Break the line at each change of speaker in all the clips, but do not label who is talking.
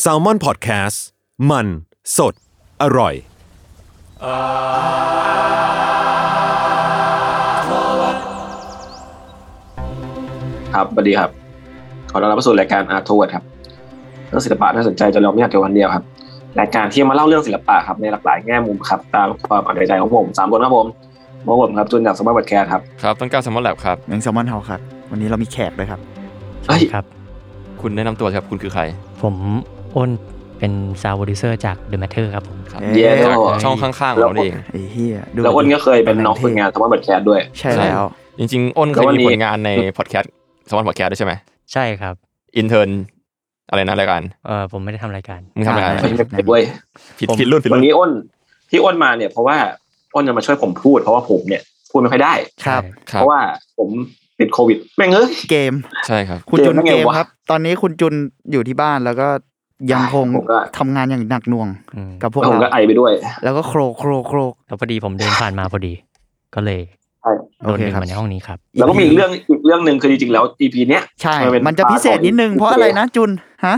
แซลมอนพอดแคสต์มันสดอร่อย
ครับสวัสดีครับ ขอต้อนรับเข้าสู่รายการอาร์ทวดครับเรื่องศิลปะน่าสนใจจะเราไม่อยากเกี่ยววันเดียวครับ รายการที่มาเล่าเรื่องศิลปะครับในหลากหลายแง่มุมครับ ตามความอ่านใจของผมสามคนครับผมโมผมครับจุนจากสมาร์ทบัตแคร์ครับ
ครับต้นกล้าสมอลแลบครับ
แมงแซลมอนเฮาครับ วันนี้เรามีแขกด้วยครับ
เฮ้ย
ครับ
คุณแนะนำตัวครับคุณคือใคร
ผมอ้นเป็นซาวด์โปรดิวเซอร์จาก The Matter ครับผม
ครับ
เย้
จากช่องข้างๆของเรานี่เอง
ไอ้เฮียดู
แล้วอ้นก็เคยเป็นน้องฝึกงานสมาร์ทบัตแคร์ด้วย
ใช่แล้ว
จริงๆ อ้นเค
แล้ว
ย
วัน
มี
นี้
ผลงานในพอดแคสต์สมอนพอดแคสต์ด้วยใช่ไหม
ใช่ครับ
อินเทอร์นอะไรนะรายการ
เออผมไม่ได้ทำรายการ
มึงทำรายการอะไร
ใช่
เป็นเด็กเว้ย
ผิดผิดรุ่นผิด
วัน
รุ่น
นี้อ้นที่อ้นมาเนี่ยเพราะว่าอ้นจะมาช่วยผมพูด เพราะว่าผมเนี่ยพูดไม่ค่อยได้
ครับ
ค
เพ
รับ
ราะว่าผมติดโควิดแม่งเอ้ย
เกม
ใช่ครับ
คุณจุน
เกม
เกม
ไงวะ
ครับ ตอนนี้คุณจุนอยู่ที่บ้านแล้วก็ยังคง
ผมก็
ทำงานอย่างหนักหน่วง
อืม
กับพวก
แล้วผม
เรา
ก็ไอไปด้วย
แล้วก็โครกโครกโครก
แล้วพอดีผมเดินผ่านมาพอดี ก็เลย
ใช่
โดน
โอเค
ดึง
ครับ
มาในห้องนี้ครับ
แล้วก็มีอีกเรื่องอีกเรื่องหนึ่งคือจริงๆแล้ว EP เนี้ย
ใช่
มันเป็น
มันจะพิเศษนิดนึง
ปลาของ
เพราะอะไรนะจุน ฮะ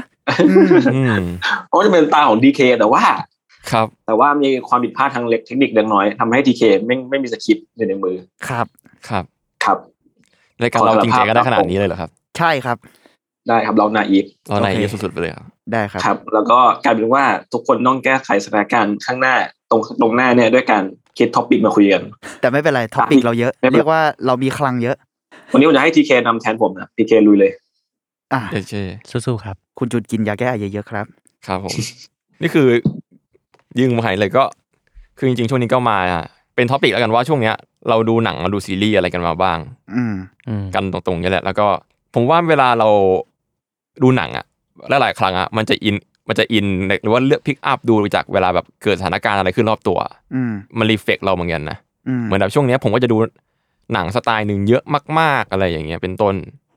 อืม
อืม
เพราะว่าจะเป็นตาของ DK แต่ว่า
ครับ
แต่ว่ามีความผิดพลาดทางเล็กเทคนิคเล็กน้อยทำให้ทีเคไม่ไม่มีสคริปต์อยู่ในมือ
ครับ
ครับ
ครับ
รายการเราจริงใจงกันได้
ขอสารภาพ
ขนาดนี้เลยเหรอครับ
ใช่ครับ
ได้ครับเรานาอีฟ
เราใน
โอเค
เยอะสุดๆไปเลยครับ
ได้ครับ
ครับ แล้วก็กลายเป็นว่าทุกคนต้องแก้ไขสถานการณ์ข้างหน้าตรงตรงหน้าเนี่ยด้วยการคิดท็อปิกมาคุยกัน
แต่ไม่เป็นไรท็อปิกเราเยอะ
ไม่เป็นไร
เรียกว่าเรามีคลังเยอะ
วันนี้ผมจะให้ทีเคนำแทนผมนะทีเคลุยเลย
อ่ะ
เย้เช่
สู้ๆครับ
คุณจุนกินยาแก้ไอเยอะๆครับ
ครับผม นี่คือยิงมาหายเลยก็ คือจริงๆ ช่วงนี้ก็มาเป็นท็อปิกแล้วกันว่าช่วงเนี้ยเราดูหนังเราดูซีรีส์อะไรกันมาบ้าง
อืม
อืม
กันตรงๆนี่แหละแล้วก็ผมว่าเวลาเราดูหนังอะหลายๆครั้งอะมันจะอินมันจะอินหรือว่าเลือกพิกอัพดูจากเวลาแบบเกิดสถานการณ์อะไรขึ้นรอบตัว
อืม
มันรีเฟกเราเหมือนกันนะ
อืม
เหมือนแบบช่วงเนี้ยผมก็จะดูหนังสไตล์หนึ่งเยอะมาก ๆอะไรอย่างเงี้ยเป็นต้น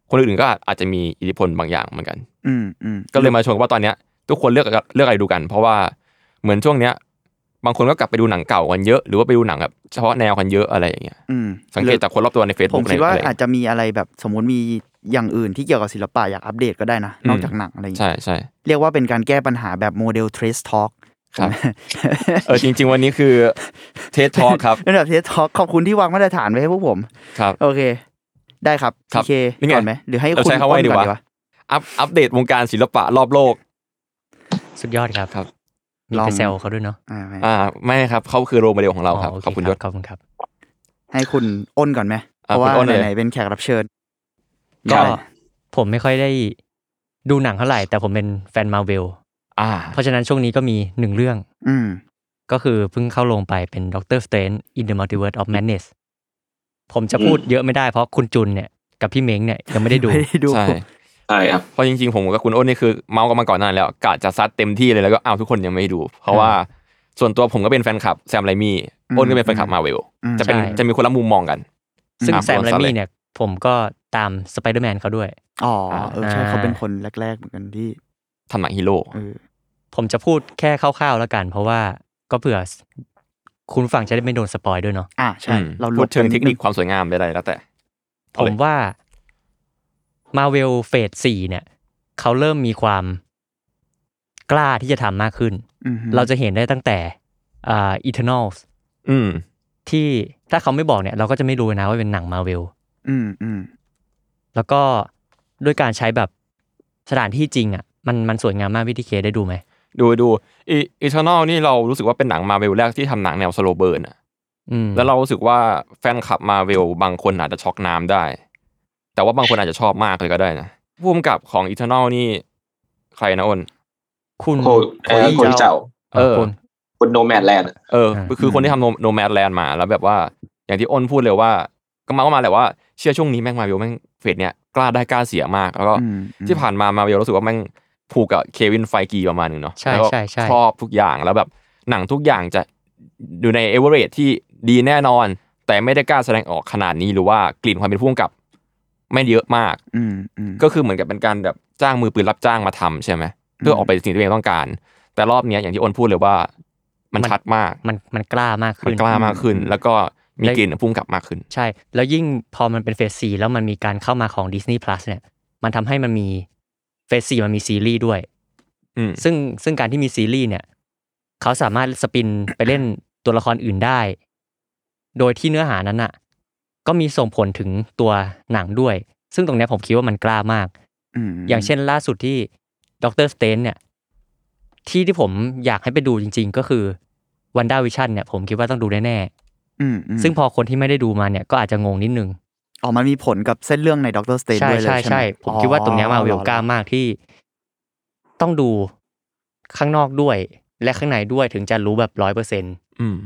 คนอื่นๆก็อาจจะมีอิทธิพลบางอย่างเหมือนกัน
อืมอืม
ก็เลยมาชวนว่าตอนเนี้ยทุกคนเลือกเลือกอะไรดูกัน เพราะว่าเหมือนช่วงเนี้ยบางคนก็กลับไปดูหนังเก่ากันเยอะ หรือว่าไปดูหนังแบบเฉพาะแนวกันเยอะอะไรอย่างเงี้ย
อืม
สังเกตจากคนรอบตัวใน
ผม
Facebook
คิดว่า
ะไรย่ง
อา
เงี้ย
จจะมีอะไรแบบสมมติมีอย่างอื่นที่เกี่ยวกับศิลปะอยากอัปเดตก็ได้นะ
อืม
นอกจากหนังอะไรอย่างเงี้ย
ใช่ใช่
เรียกว่าเป็นการแก้ปัญหาแบบโมเดลเทรสทอล์ก
ครับ เออจริง ๆ วันนี้คือเทสทอครับ
เป็นแบบเทรสทอล์กขอบคุณที่วางมาตรฐานไว้ให้พวกผม
ครับ
โอเค ได้ครับ
ครั
พี
บ
เค
นี่ไง
ก่อนไหมหรือให้
เรา
คุณ
ใช้คำว่า
อ้น
ดี
ก่อน
วะ อัพอัปเดตวงการศิลปะรอบโลก
สุดยอดครับ
ครับ
มีไปแซวเขาด้วยเนาะ
อ่าไม่
อ่าไม่ครับเขาคือโรลโมเดลของเราครับ
โเ
ขอบคุณยศ
ขอบคุณครับ
ให้คุณอ้นก่อนไหมเพ
อ่ะคุณ
ราะว่า
อ้นเลย
ไหนๆเป็นแขกรับเชิญ
ก็
ได้
ผมไม่ค่อยได้ดูหนังเท่าไหร่ แต่ผมเป็นแฟนมาเวล
อ่า
เพราะฉะนั้นช่วงนี้ก็มีหนึ่งเรื่อง
อืม
ก็คือเพิ่งเข้าลงไปเป็นด็อกเตอร์สเตนอินเดอะมัลติเวิร์สออฟแมนเนสผมจะพูดเยอะไม่ได้เพราะคุณจุนเนี่ย กับพี่เม้งเนี่ย ยังไม่ได้ดู
ไม่ได้ดู
ใช่
ใช่ครับ
เพราะจริงๆ ผมกับคุณอ้นนี่คือเมาส์กันมาก่อนหน้าแล้วกะจะซัดเต็มที่เลยแล้วก็อ้าวทุกคนยังไม่ดู เพราะว่าส่วนตัวผมก็เป็นแฟนคลับแซมไรมี่
อืม
อ้นก็เป็นแฟนคลับมาเวล
อืม
จะเป็น
ใช่
จะมีคนละมุมมองกัน
ซึ่ง
อ่ะ
แซม
ผม
ไร
สอนเลย
มี่เนี่ย ผมก็ตามสไปเดอร์แมนเขาด้วย
อ๋อเออใช่
อ่า
เขาเป็นคนแรก ๆ เหมือนกันที่
ทำหนังฮีโร่
เออ
ผมจะพูดแค่คร่าวๆแล้วกัน เพราะว่าก็เผื่อคุณฟังจะได้ไม่โดนสปอยด้วยเนาะ
อ่ะใช่
อืม
เราล
พู
บ
ดเชิงเทคนิค
กั
ความสวยงามใดๆแล้วแต่
ผ
เอาเลย
มว่ามาเวลเฟสสี่เนี่ยเขาเริ่มมีความกล้าที่จะทำมากขึ้น
อืมฮึ
เราจะเห็นได้ตั้งแต่อ่า Eternals
อืม
ที่ถ้าเขาไม่บอกเนี่ยเราก็จะไม่รู้นะว่าเป็นหนังมาเวล
อืมอืม
แล้วก็ด้วยการใช้แบบ สถานที่จริงอ่ะมันมันสวยงามมากพี่ทีเคได้ดูไหม
ดูดูอีอีเทอร์นอลนี่เรารู้สึกว่าเป็นหนังมาเวลแรกที่ทำหนังแนวสโลเบิร์นอะ
อืม
แล้วเรารู้สึกว่าแฟนคลับมาเวลบางคนอาจจะช็อกน้ำได้ แต่ว่าบางคนอาจจะชอบมากเลยก็ได้นะผู้กำกับของอีเทอร์นอลนี่ใครนะอ้น
คุณ
โคเอ่อโคเจ้า
เออ
คุณ
คนโนแมดแลนด์
เออ
อ่า
คือคนที่ทำโนแมดแลนด์มาแล้วแบบว่า อย่างที่อ้นพูดเลยว่า ก็มาว่ามาแหละว่าเชื่อช่วงนี้แม่งมาเวลแม่งเฟดเนี่ยกล้าได้กล้าเสียมาก แล้วก็
อืมอืม
ที่ผ่านมามาเวลรู้สึกว่าแม่งผูกกับเควินไฟกีประมาณหนึงเนาะ
ใช่
แล้วก็
ใช่ใช่
ชอบทุกอย่างแล้วแบบหนังทุกอย่างจะอยู่ในเอเวอเรสที่ดีแน่นอน แต่ไม่ได้กล้าแสดงออกขนาดนี้หรือว่ากลิ่นความเป็นผู้กำกับ ไม่เยอะมาก
อืมอืม
ก็คือเหมือนกับเป็นการแบบจ้างมือปืนรับจ้างมาทำใช่ไหมเพื่ออ
ม
ออกไปสิ่งที่ตัวเองต้องการ แต่รอบเนี้ยอย่างที่อ้นพูดเลยว่า มัน
มัน
ชัดมาก
มันมันกล้ามาก
มั
ขึ้
น
น
กล้ามากขึ้น แล้วก็มี
และ
กลิ่นของพุ่งกลับมากขึ้น
ใช่ แล้วยิ่งพอมันเป็นเฟสซีแล้วมันมีการเข้ามาของ Disney Plus เนี่ย มันทำให้มันมีเฟสซีมันมีซีรีส์ด้วย
อืม
ซึ่งซึ่งการที่มีซีรีส์เนี่ย เขาสามารถสปิน ไปเล่นตัวละครอื่นได้ โดยที่เนื้อหานั้นอ่ะ ก็มีส่งผลถึงตัวหนังด้วย ซึ่งตรงเนี้ยผมคิดว่ามันกล้ามาก
ม
อย่างเช่นล่าสุดที่ด็อกเตอร์สเตนเนี่ย ที่ที่ผมอยากให้ไปดูจริง ๆ ก็คือวันด้าวิชั่นเนี่ย ผมคิดว่าต้องดูแน่
อืมอืม
ๆซึ่งพอคนที่ไม่ได้ดูมาเนี่ยก็อาจจะงงนิดนึง
อ๋อมันมีผลกับเส้นเรื่องในด็อกเตอร์สเตน
ใช่
ด้วยเลย
ใช่
ใช่ไหม
ใช่ผมคิดว่าตรงเนี้ยมาเวลกล้ามากที่ ต้องดูข้างนอกด้วย และข้างในด้วยถึงจะรู้แบบร้อยเปอร์เซ็นต์
อืม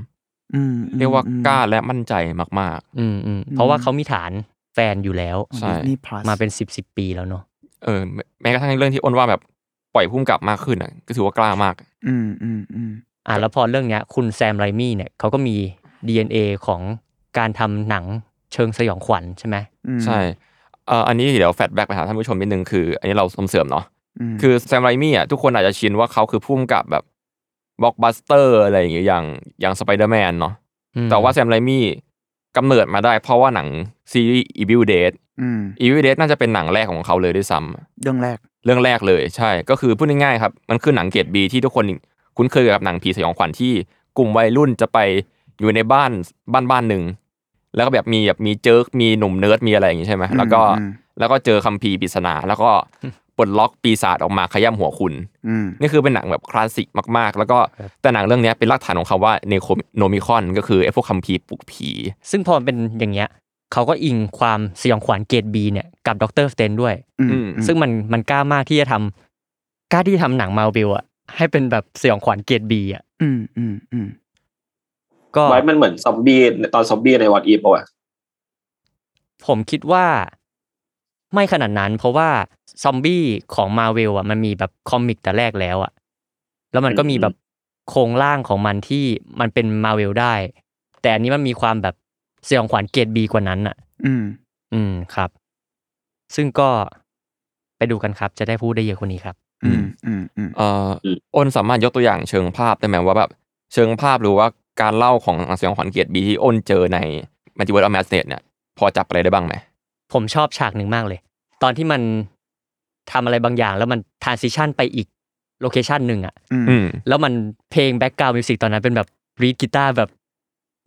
อืมอืม
เรียกว่ากล้าและมั่นใจมาก
อืมอืมเพราะว่าเขามีฐานแฟนอยู่แล้ว
ใช่
นี่พลัส
มาเป็นสิบสิบปีแล้วเนาะ
ๆ เออแม้แม้กระทั่งเรื่องที่อ้นว่าแบบปล่อยพุ่งกลับมากขึ้นอ่ะก็ถือว่ากล้ามาก
อืมอืมอืม
อ่ะแล้วพอเรื่องเนี้ย คุณแซมไรมี่เนี่ยเขาก็มี DNA ของการทำหนังเชิงสยองขวัญใช่ไหม
อืม
ใช่เอ่ออันนี้เดี๋ยวแฟลชแบ็กไปหาท่านผู้ชมนิดนึงคือ อันนี้เราสมเสริมเนาะ
ม
คือแซมไรมี่อ่ะทุกคนอาจจะชินว่าเขาคือพุ่มกับแบบบล็อกบัสเตอร์อะไรอย่างเงี้ยอย่างอย่างสไปเดอร์แมนเนาะ
อืม
แต่ว่าแซมไรมี่กำเนิดมาได้เพราะว่าหนังซีรีส์ Evil Dead
ม
Evil Dead น่าจะเป็นหนังแรกของเขาเลยด้วยซ้ำ
เรื่องแรก
เรื่องแรกเลยใช่ ก็คือพูดง่ายๆครับ มันคือหนังเกรดบีที่ทุกคนคุ้นเคยกับหนังผีสยองขวัญที่กลุ่มวัยรุ่นจะไปอยู่ในบ้านบ้านบ้านหนึ่ง แล้วก็แบบมีแบบมีเจิร์กมีหนุ่มเนิร์ดมีอะไรอย่างงี้ใช่ไหม
อืม
แล้วก็
อืม
แล้วก็เจอคัมภีร์ปริศนา แล้วก็ปลดล็อกปีศาจออกมาขย้ำหัวคุณ
อืม
นี่คือเป็นหนังแบบคลาสสิกมากๆ แล้วก็แต่หนังเรื่องเนี้ยเป็นรากฐานของคำว่าเนโนมิคอนก็คือไอ้พวกคัมภีร์ปลุกผี
ซึ่งพอมันเป็นอย่างเงี้ยเขาก็อิงความสยองขวัญเกรดบีเนี่ยกับด็อกเตอร์สเตนด้วย
อืม
อืม
ซึ่งมันมันกล้ามากที่จะทำกล้าที่จะทำหนังมาวิลอะให้เป็นแบบสยองขวัญเกรดบีอะ
อืมอืมอืม
ก็
ไว้มันเหมือนซอมบี้ตอนซอมบี้ในวันอีปอ่ะ
ผมคิดว่า ไม่ขนาดนั้น เพราะว่าซอมบี้ของมาวิลอะมันมีแบบคอมิกแต่แรกแล้วอะแล้วมันก็มีแบบโครงร่างของมันที่มันเป็นมาวิลได้ แต่อันนี้มันมีความแบบสยองขวัญเกรดบีกว่านั้นอะ
อืม
อืมครับ ซึ่งก็ไปดูกันครับ จะได้พูดได้เยอะกว่านี้ครับ
อืมอืมอืม
เอ่ออ้นสามารถยกตัวอย่างเชิงภาพได้ไหมว่าแบบเชิงภาพหรือว่าการเล่าของหนังสยองขวัญเกียรติบีที่อ้นเจอในมัลติเวิร์ดออฟแมสเนตเนี่ยพอจับอะไรได้บ้างไหม
ผมชอบฉากหนึ่งมากเลย ตอนที่มันทำอะไรบางอย่าง แล้วมันท a านซิชันไปอีกโลเคชันหนึ่งอะ
อืม
อืม
แล้วมันเพลงแบ็กกราว n d มิวสิกตอนนั้นเป็นแบบรีดกีตาร์แบบ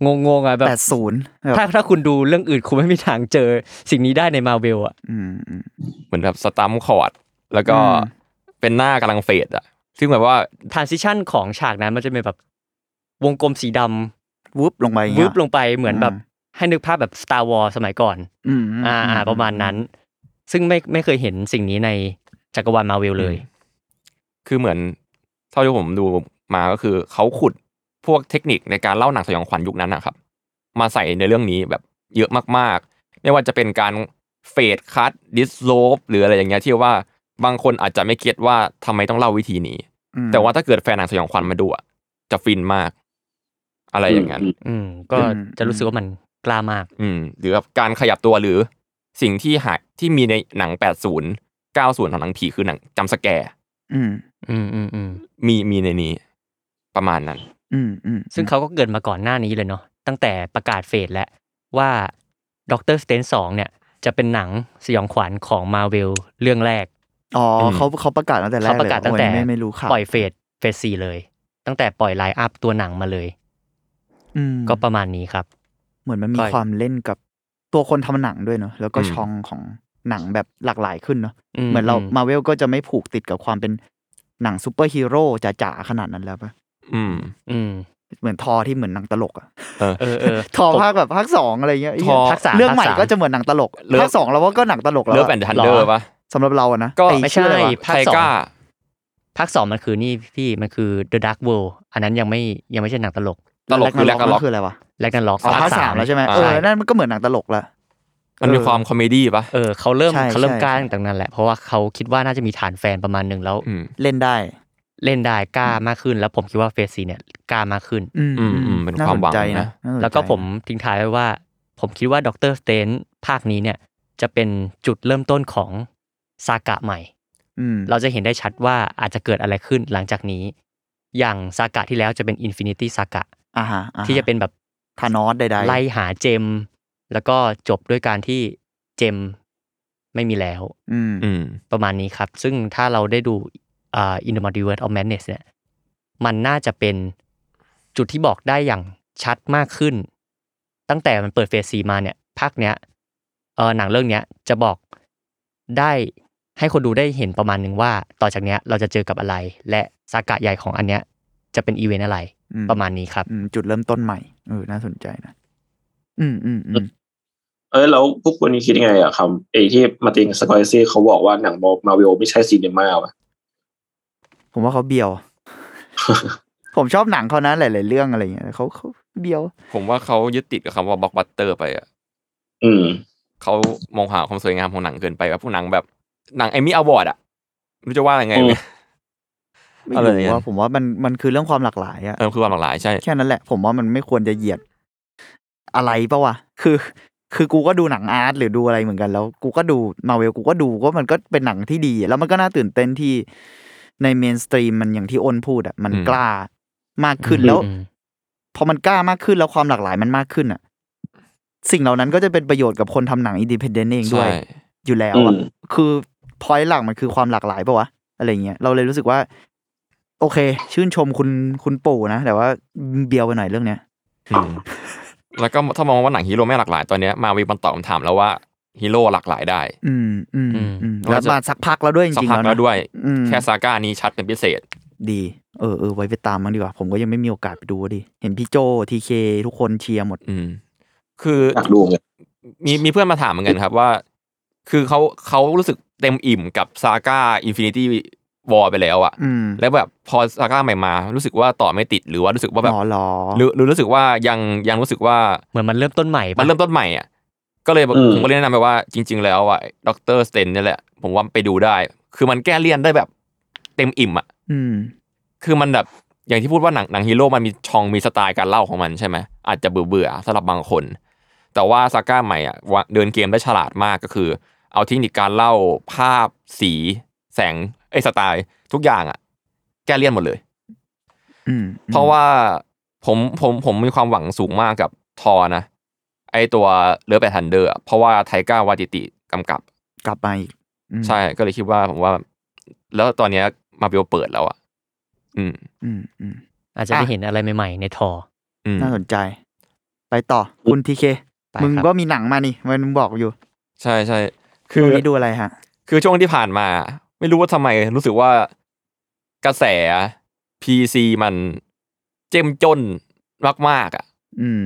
งงๆอะแบบ
แปดศูนย์แบบ
ถ้าถ้าคุณดูเรื่องอื่น คุณไม่มีทางเจอสิ่งนี้ได้ในมาเวลอะ
อืมอืม
เหมือนแบบสตัมป์คอร์ดแล้วก็
อืม
เป็นหน้ากำลังเฟดอะซึ่งแบบว่า
ท a านซิชันของฉากนั้นมันจะเป็นแบบวงกลมสีดำ
วุบลงไปอย่าง
วื
เงี้ย
บลงไปเหมือนแบบ
อ่
ให้นึกภาพแบบ Star War สมัยก่อน
อืมม
อ่าอ่าประมาณนั้น ซึ่งไม่ไม่เคยเห็นสิ่งนี้ในจักรวาลมาเวลเลย
คือเหมือนเท่าที่ผมดูมาก็คือเขาขุดพวกเทคนิคในการเล่าหนังสยองขวัญยุคนั้นนะครับ มาใส่ในเรื่องนี้แบบเยอะมากๆ ไม่ว่าจะเป็นการเฟดคัตดิสโลปหรืออะไรอย่างเงี้ยที่ว่าบางคนอาจจะไม่เก็ตว่าทำไมต้องเล่าวิธีนี้
อืม
แต่ว่าถ้าเกิดแฟนหนังสยองขวัญมาดูอะจะฟินมาก อะไรอย่างนั้น
อืมก็
อืม
จะรู้สึกว่ามันกล้ามาก
อืม หรือแบบการขยับตัวหรือสิ่งที่หายที่มีในหนัง 80 90 ของหนังผีคือหนังจำสแกร์
อืม
อืมอืมอืม
มีมีในนี้ ประมาณนั้น
อืมอืม
ซึ่งเขาก็เกรินมาก่อนหน้านี้เลยเนาะตั้งแต่ประกาศเฟสแล้วว่าด็อกเตอร์สเตนสองเนี่ย จะเป็นหนังสยองขวัญของมาเวลเรื่องแรก
อ๋ออ
ม
เขาเขาประกาศตั้งแต่แรก
เขาประกาศ
ลย
ตั้งแต่
โอ้ยไม่ไม่รู้ข่าว
ปล่อยเฟสเฟสสี่เลย ตั้งแต่ปล่อยไลน์อัพตัวหนังมาเลย
อืม
ก็ประมาณนี้ครับ
เหมือนมันมี
ก้อย
ความเล่นกับตัวคนทำหนังด้วยเนาะแล้วก็
อืม
ช่องของ หนังแบบหลากหลายขึ้นเนาะ
อื
เหมือนเรามาเวลก็จะไม่ผูกติดกับความเป็นหนังซูเปอร์ฮีโร่จ๋าๆขนาดนั้นแล้วปะ
อืม
อืม
เหมือนทอที่เหมือนหนังตลกอะ
เออเออ
ทอภาคแบบภาคสองอะไรเงี้ย
ทอ
ภาคสาม
เรื่อง
ภาค
ใหม่
สาม
ก็จะเหมือนหนังตลก
เลิฟ
ภาคสองเราว่าก็หนังตลกแล้ว
เลิฟ
อะ
แอนด์ทันเดอร์ปะ
สำหรับเราอะนะ
ก็
อ้
ไม่ใช่
ออะรวะ
ไท
ภาคสอง
ก้า
ภาคสองมันคือนี่พี่มันคือ The Dark World อันนั้นยังไม่ยังไม่ใช่หนังตลก
ตลกคือ
Ragnarok
Ragnarok
คืออะไรวะ
แลกนันล็อก
อ๋อภาคสามแล้วใช่ไหมเออนั่นมันก็เหมือนหนังตลกละ
มันมีความคอมเมดี้ปะ
เออเขาเริ่ม
ใช่
เขาเริ่ม
ใช่
กล้าตั้งนั้นแหละเพราะว่าเขาคิดว่าน่าจะมีฐานแฟนประมาณหนึ่งแล้ว
อืม
เล่นได้
เล่นได้กล้ามากขึ้น แล้วผมคิดว่าเฟสซีเนี่ยกล้ามากขึ้น
อืม
อืมอืมเป็น
ส
ความหวัง
ใจ
นะ
น่าสนใจ
แล้วก็ผมทิ้งท้ายไว้ว่า ผมคิดว่าด็อกเตอร์สเตนภาคนี้เนี่ยจะเป็นจุดเริ่มต้นของซากะใหม่
อืม
เราจะเห็นได้ชัดว่าอาจจะเกิดอะไรขึ้นหลังจากนี้ อย่างซากะที่แล้วจะเป็นอินฟินิตี้ซากะ
อ่าฮะอ่าฮ
ที่จะเป็นแบบ
ทานอสใดๆ
ไล่หาเจม แล้วก็จบด้วยการที่เจมไม่มีแล้ว
อืม
อืม
ประมาณนี้ครับ ซึ่งถ้าเราได้ดูอ่า In the Multiverse of Madness เนี่ย มันน่าจะเป็นจุดที่บอกได้อย่างชัดมากขึ้น ตั้งแต่มันเปิดเฟสซีมาเนี่ยภาคเนี้ยเออหนังเรื่องเนี้ยจะบอกได้ให้คนดูได้เห็นประมาณหนึ่งว่า ต่อจากเนี้ยเราจะเจอกับอะไร และซากะใหญ่ของอันเนี้ยจะเป็นอีเวนต์อะไร
อื
ประมาณนี้ครับ
อืมจุดเริ่มต้นใหม่เออน่าสนใจนะอืมอืมอืม
เออแล้วพวกคนนี้คิดยังไงอะครับไอ้ที่มาร์ตินสกอร์เซซีเขาบอกว่าหนังมาวิลไม่ใช่ซีเนมาว่ะ
ผมว่าเขาเบียว ผมชอบหนังเขานะหลาย ๆ เรื่องอะไรเงี้ยเขาเขาเบียว
ผมว่าเขายึดติดกับคำว่าบล็อกบัสเตอร์ไปอ่ะ
อืม
เขามองหาความสวยงามของหนังเกินไปแบบพวกหนังแบบหนังเอมี่อวอร์ดอ่ะไม่รู้จะว่ายังไง
อืม
เนี่ย
ไม่
อะไรอย่าง
รู้
เงี้ย
ว่าผมว่ามันมันคือเรื่องความหลากหลายอะ
เออคือความหลากหลายใช่
แค่นั้นแหละ ผมว่ามันไม่ควรจะเหยียดอะไรปะวะ คือ คือกูก็ดูหนังอาร์ตหรือดูอะไรเหมือนกันแล้ว กูก็ดูมาเวลกูก็ดูก็มันก็เป็นหนังที่ดี แล้วมันก็น่าตื่นเต้นที่ในเมนสตรีมมันอย่างที่อ้นพูดอ่ะมัน
อืม
กล้ามากขึ้นแล้ว
อืม
พอมันกล้ามากขึ้นแล้วความหลากหลายมันมากขึ้นอ่ะ สิ่งเหล่านั้นก็จะเป็นประโยชน์กับคนทำหนังอินดิเพนเดนต์เองด้วย
ใช่
อยู่แล้ว
อื
อะ
ม
คือพอยต์หลักมันคือความหลากหลายปะวะ อะไรเงี้ย เราเลยรู้สึกว่า โอเค ชื่นชมคุณคุณปู่นะ แต่ว่าเบียวไปหน่อยเรื่องเนี้ย
แล้วก็ถ้ามองว่าหนังฮีโร่ไม่หลากหลายตอนเนี้ยมาวีมันตอบคำถามแล้วว่าฮีโร่หลากหลายได้
อืมอืม
อืม
อืม
แล้
แล้ว ว
จะ
มาสักพักแล้วด้วยจ
สัก
ริงๆ
พัก
แล้ว
แล้ว
นะ
ด้วย
อืม
แค่ซาก้านี้ชัดเป็นพิเศษ
ดี เออเออไว้ไปตามมันดีกว่า ผมก็ยังไม่มีโอกาสไปดูดิ เห็นพี่โจทีเคทุกคนเชียร์หมด
อืม คือ
อยากดูเหมือนกัน
มีมีเพื่อนมาถามเหมือนกันครับว่า คือเขาเขารู้สึกเต็มอิ่มกับซาก้าอินฟินิตี้วอลไปแล้วอะ
อืม
แล้วแบบพอซาก้าใหม่มารู้สึกว่าต่อไม่ติดหรือว่ารู้สึกว่าแบบ
หมอหรอ
หรือหรือรู้สึกว่ายังยังรู้สึกว่า
เหมือนมันเริ่มต้นใหม่ปะ
มันเริ่มต้นใหม่อ่ะ ก็เลยบอก
อืม
ผมก็เลยแนะนำไปว่าจริง ๆ แล้วอ่ะดรสเตนนี่ยแหละ ผมว่าไปดูได้ คือมันแก้เลี่ยนได้แบบเต็มอิ่มอ่ะ
อืม
คือมันแบบอย่างที่พูดว่าหนังหนังฮีโร่มันมีช่องมีสไตล์การเล่าของมันใช่ไหมอาจจะเบื่อเบื่อๆสำหรับบางคน แต่ว่าซาก้าใหม่อ่ะวะเดินเกมได้ฉลาดมากก็คือ เอาเทคนิคการเล่าภาพสี แสงไอ้ยสไตล์ทุกอย่างอ่ะ แก้เลี่ยนหมดเลย
อืม
เพราะว่าผมผมผมมีความหวังสูงมากกับทอนะ ไอตัวเลือแปดทันเดอร์เพราะว่าไทก้าวาติติกำกับ
กลับมาอีกอืม
ใช่ก็เลยคิดว่าผมว่า แล้วตอนเนี้ยมาเบลเปิดแล้วอ่ะ อืม
อืมอืม
อาจจะได้เห็นอะไรใหม่ๆในทอ
อืม
น่าสนใจ ไปต่อคุณทีเค
ไปครับ
มึงก็มีหนังมานี่มันบอกอยู่
ใช่ใช่
ช่วงนี้ดูอะไรฮะ
คือช่วงที่ผ่านมา ไม่รู้ว่าทำไมรู้สึกว่ากระแส PC มันเจ้มจนมากๆอ่ะ
อืม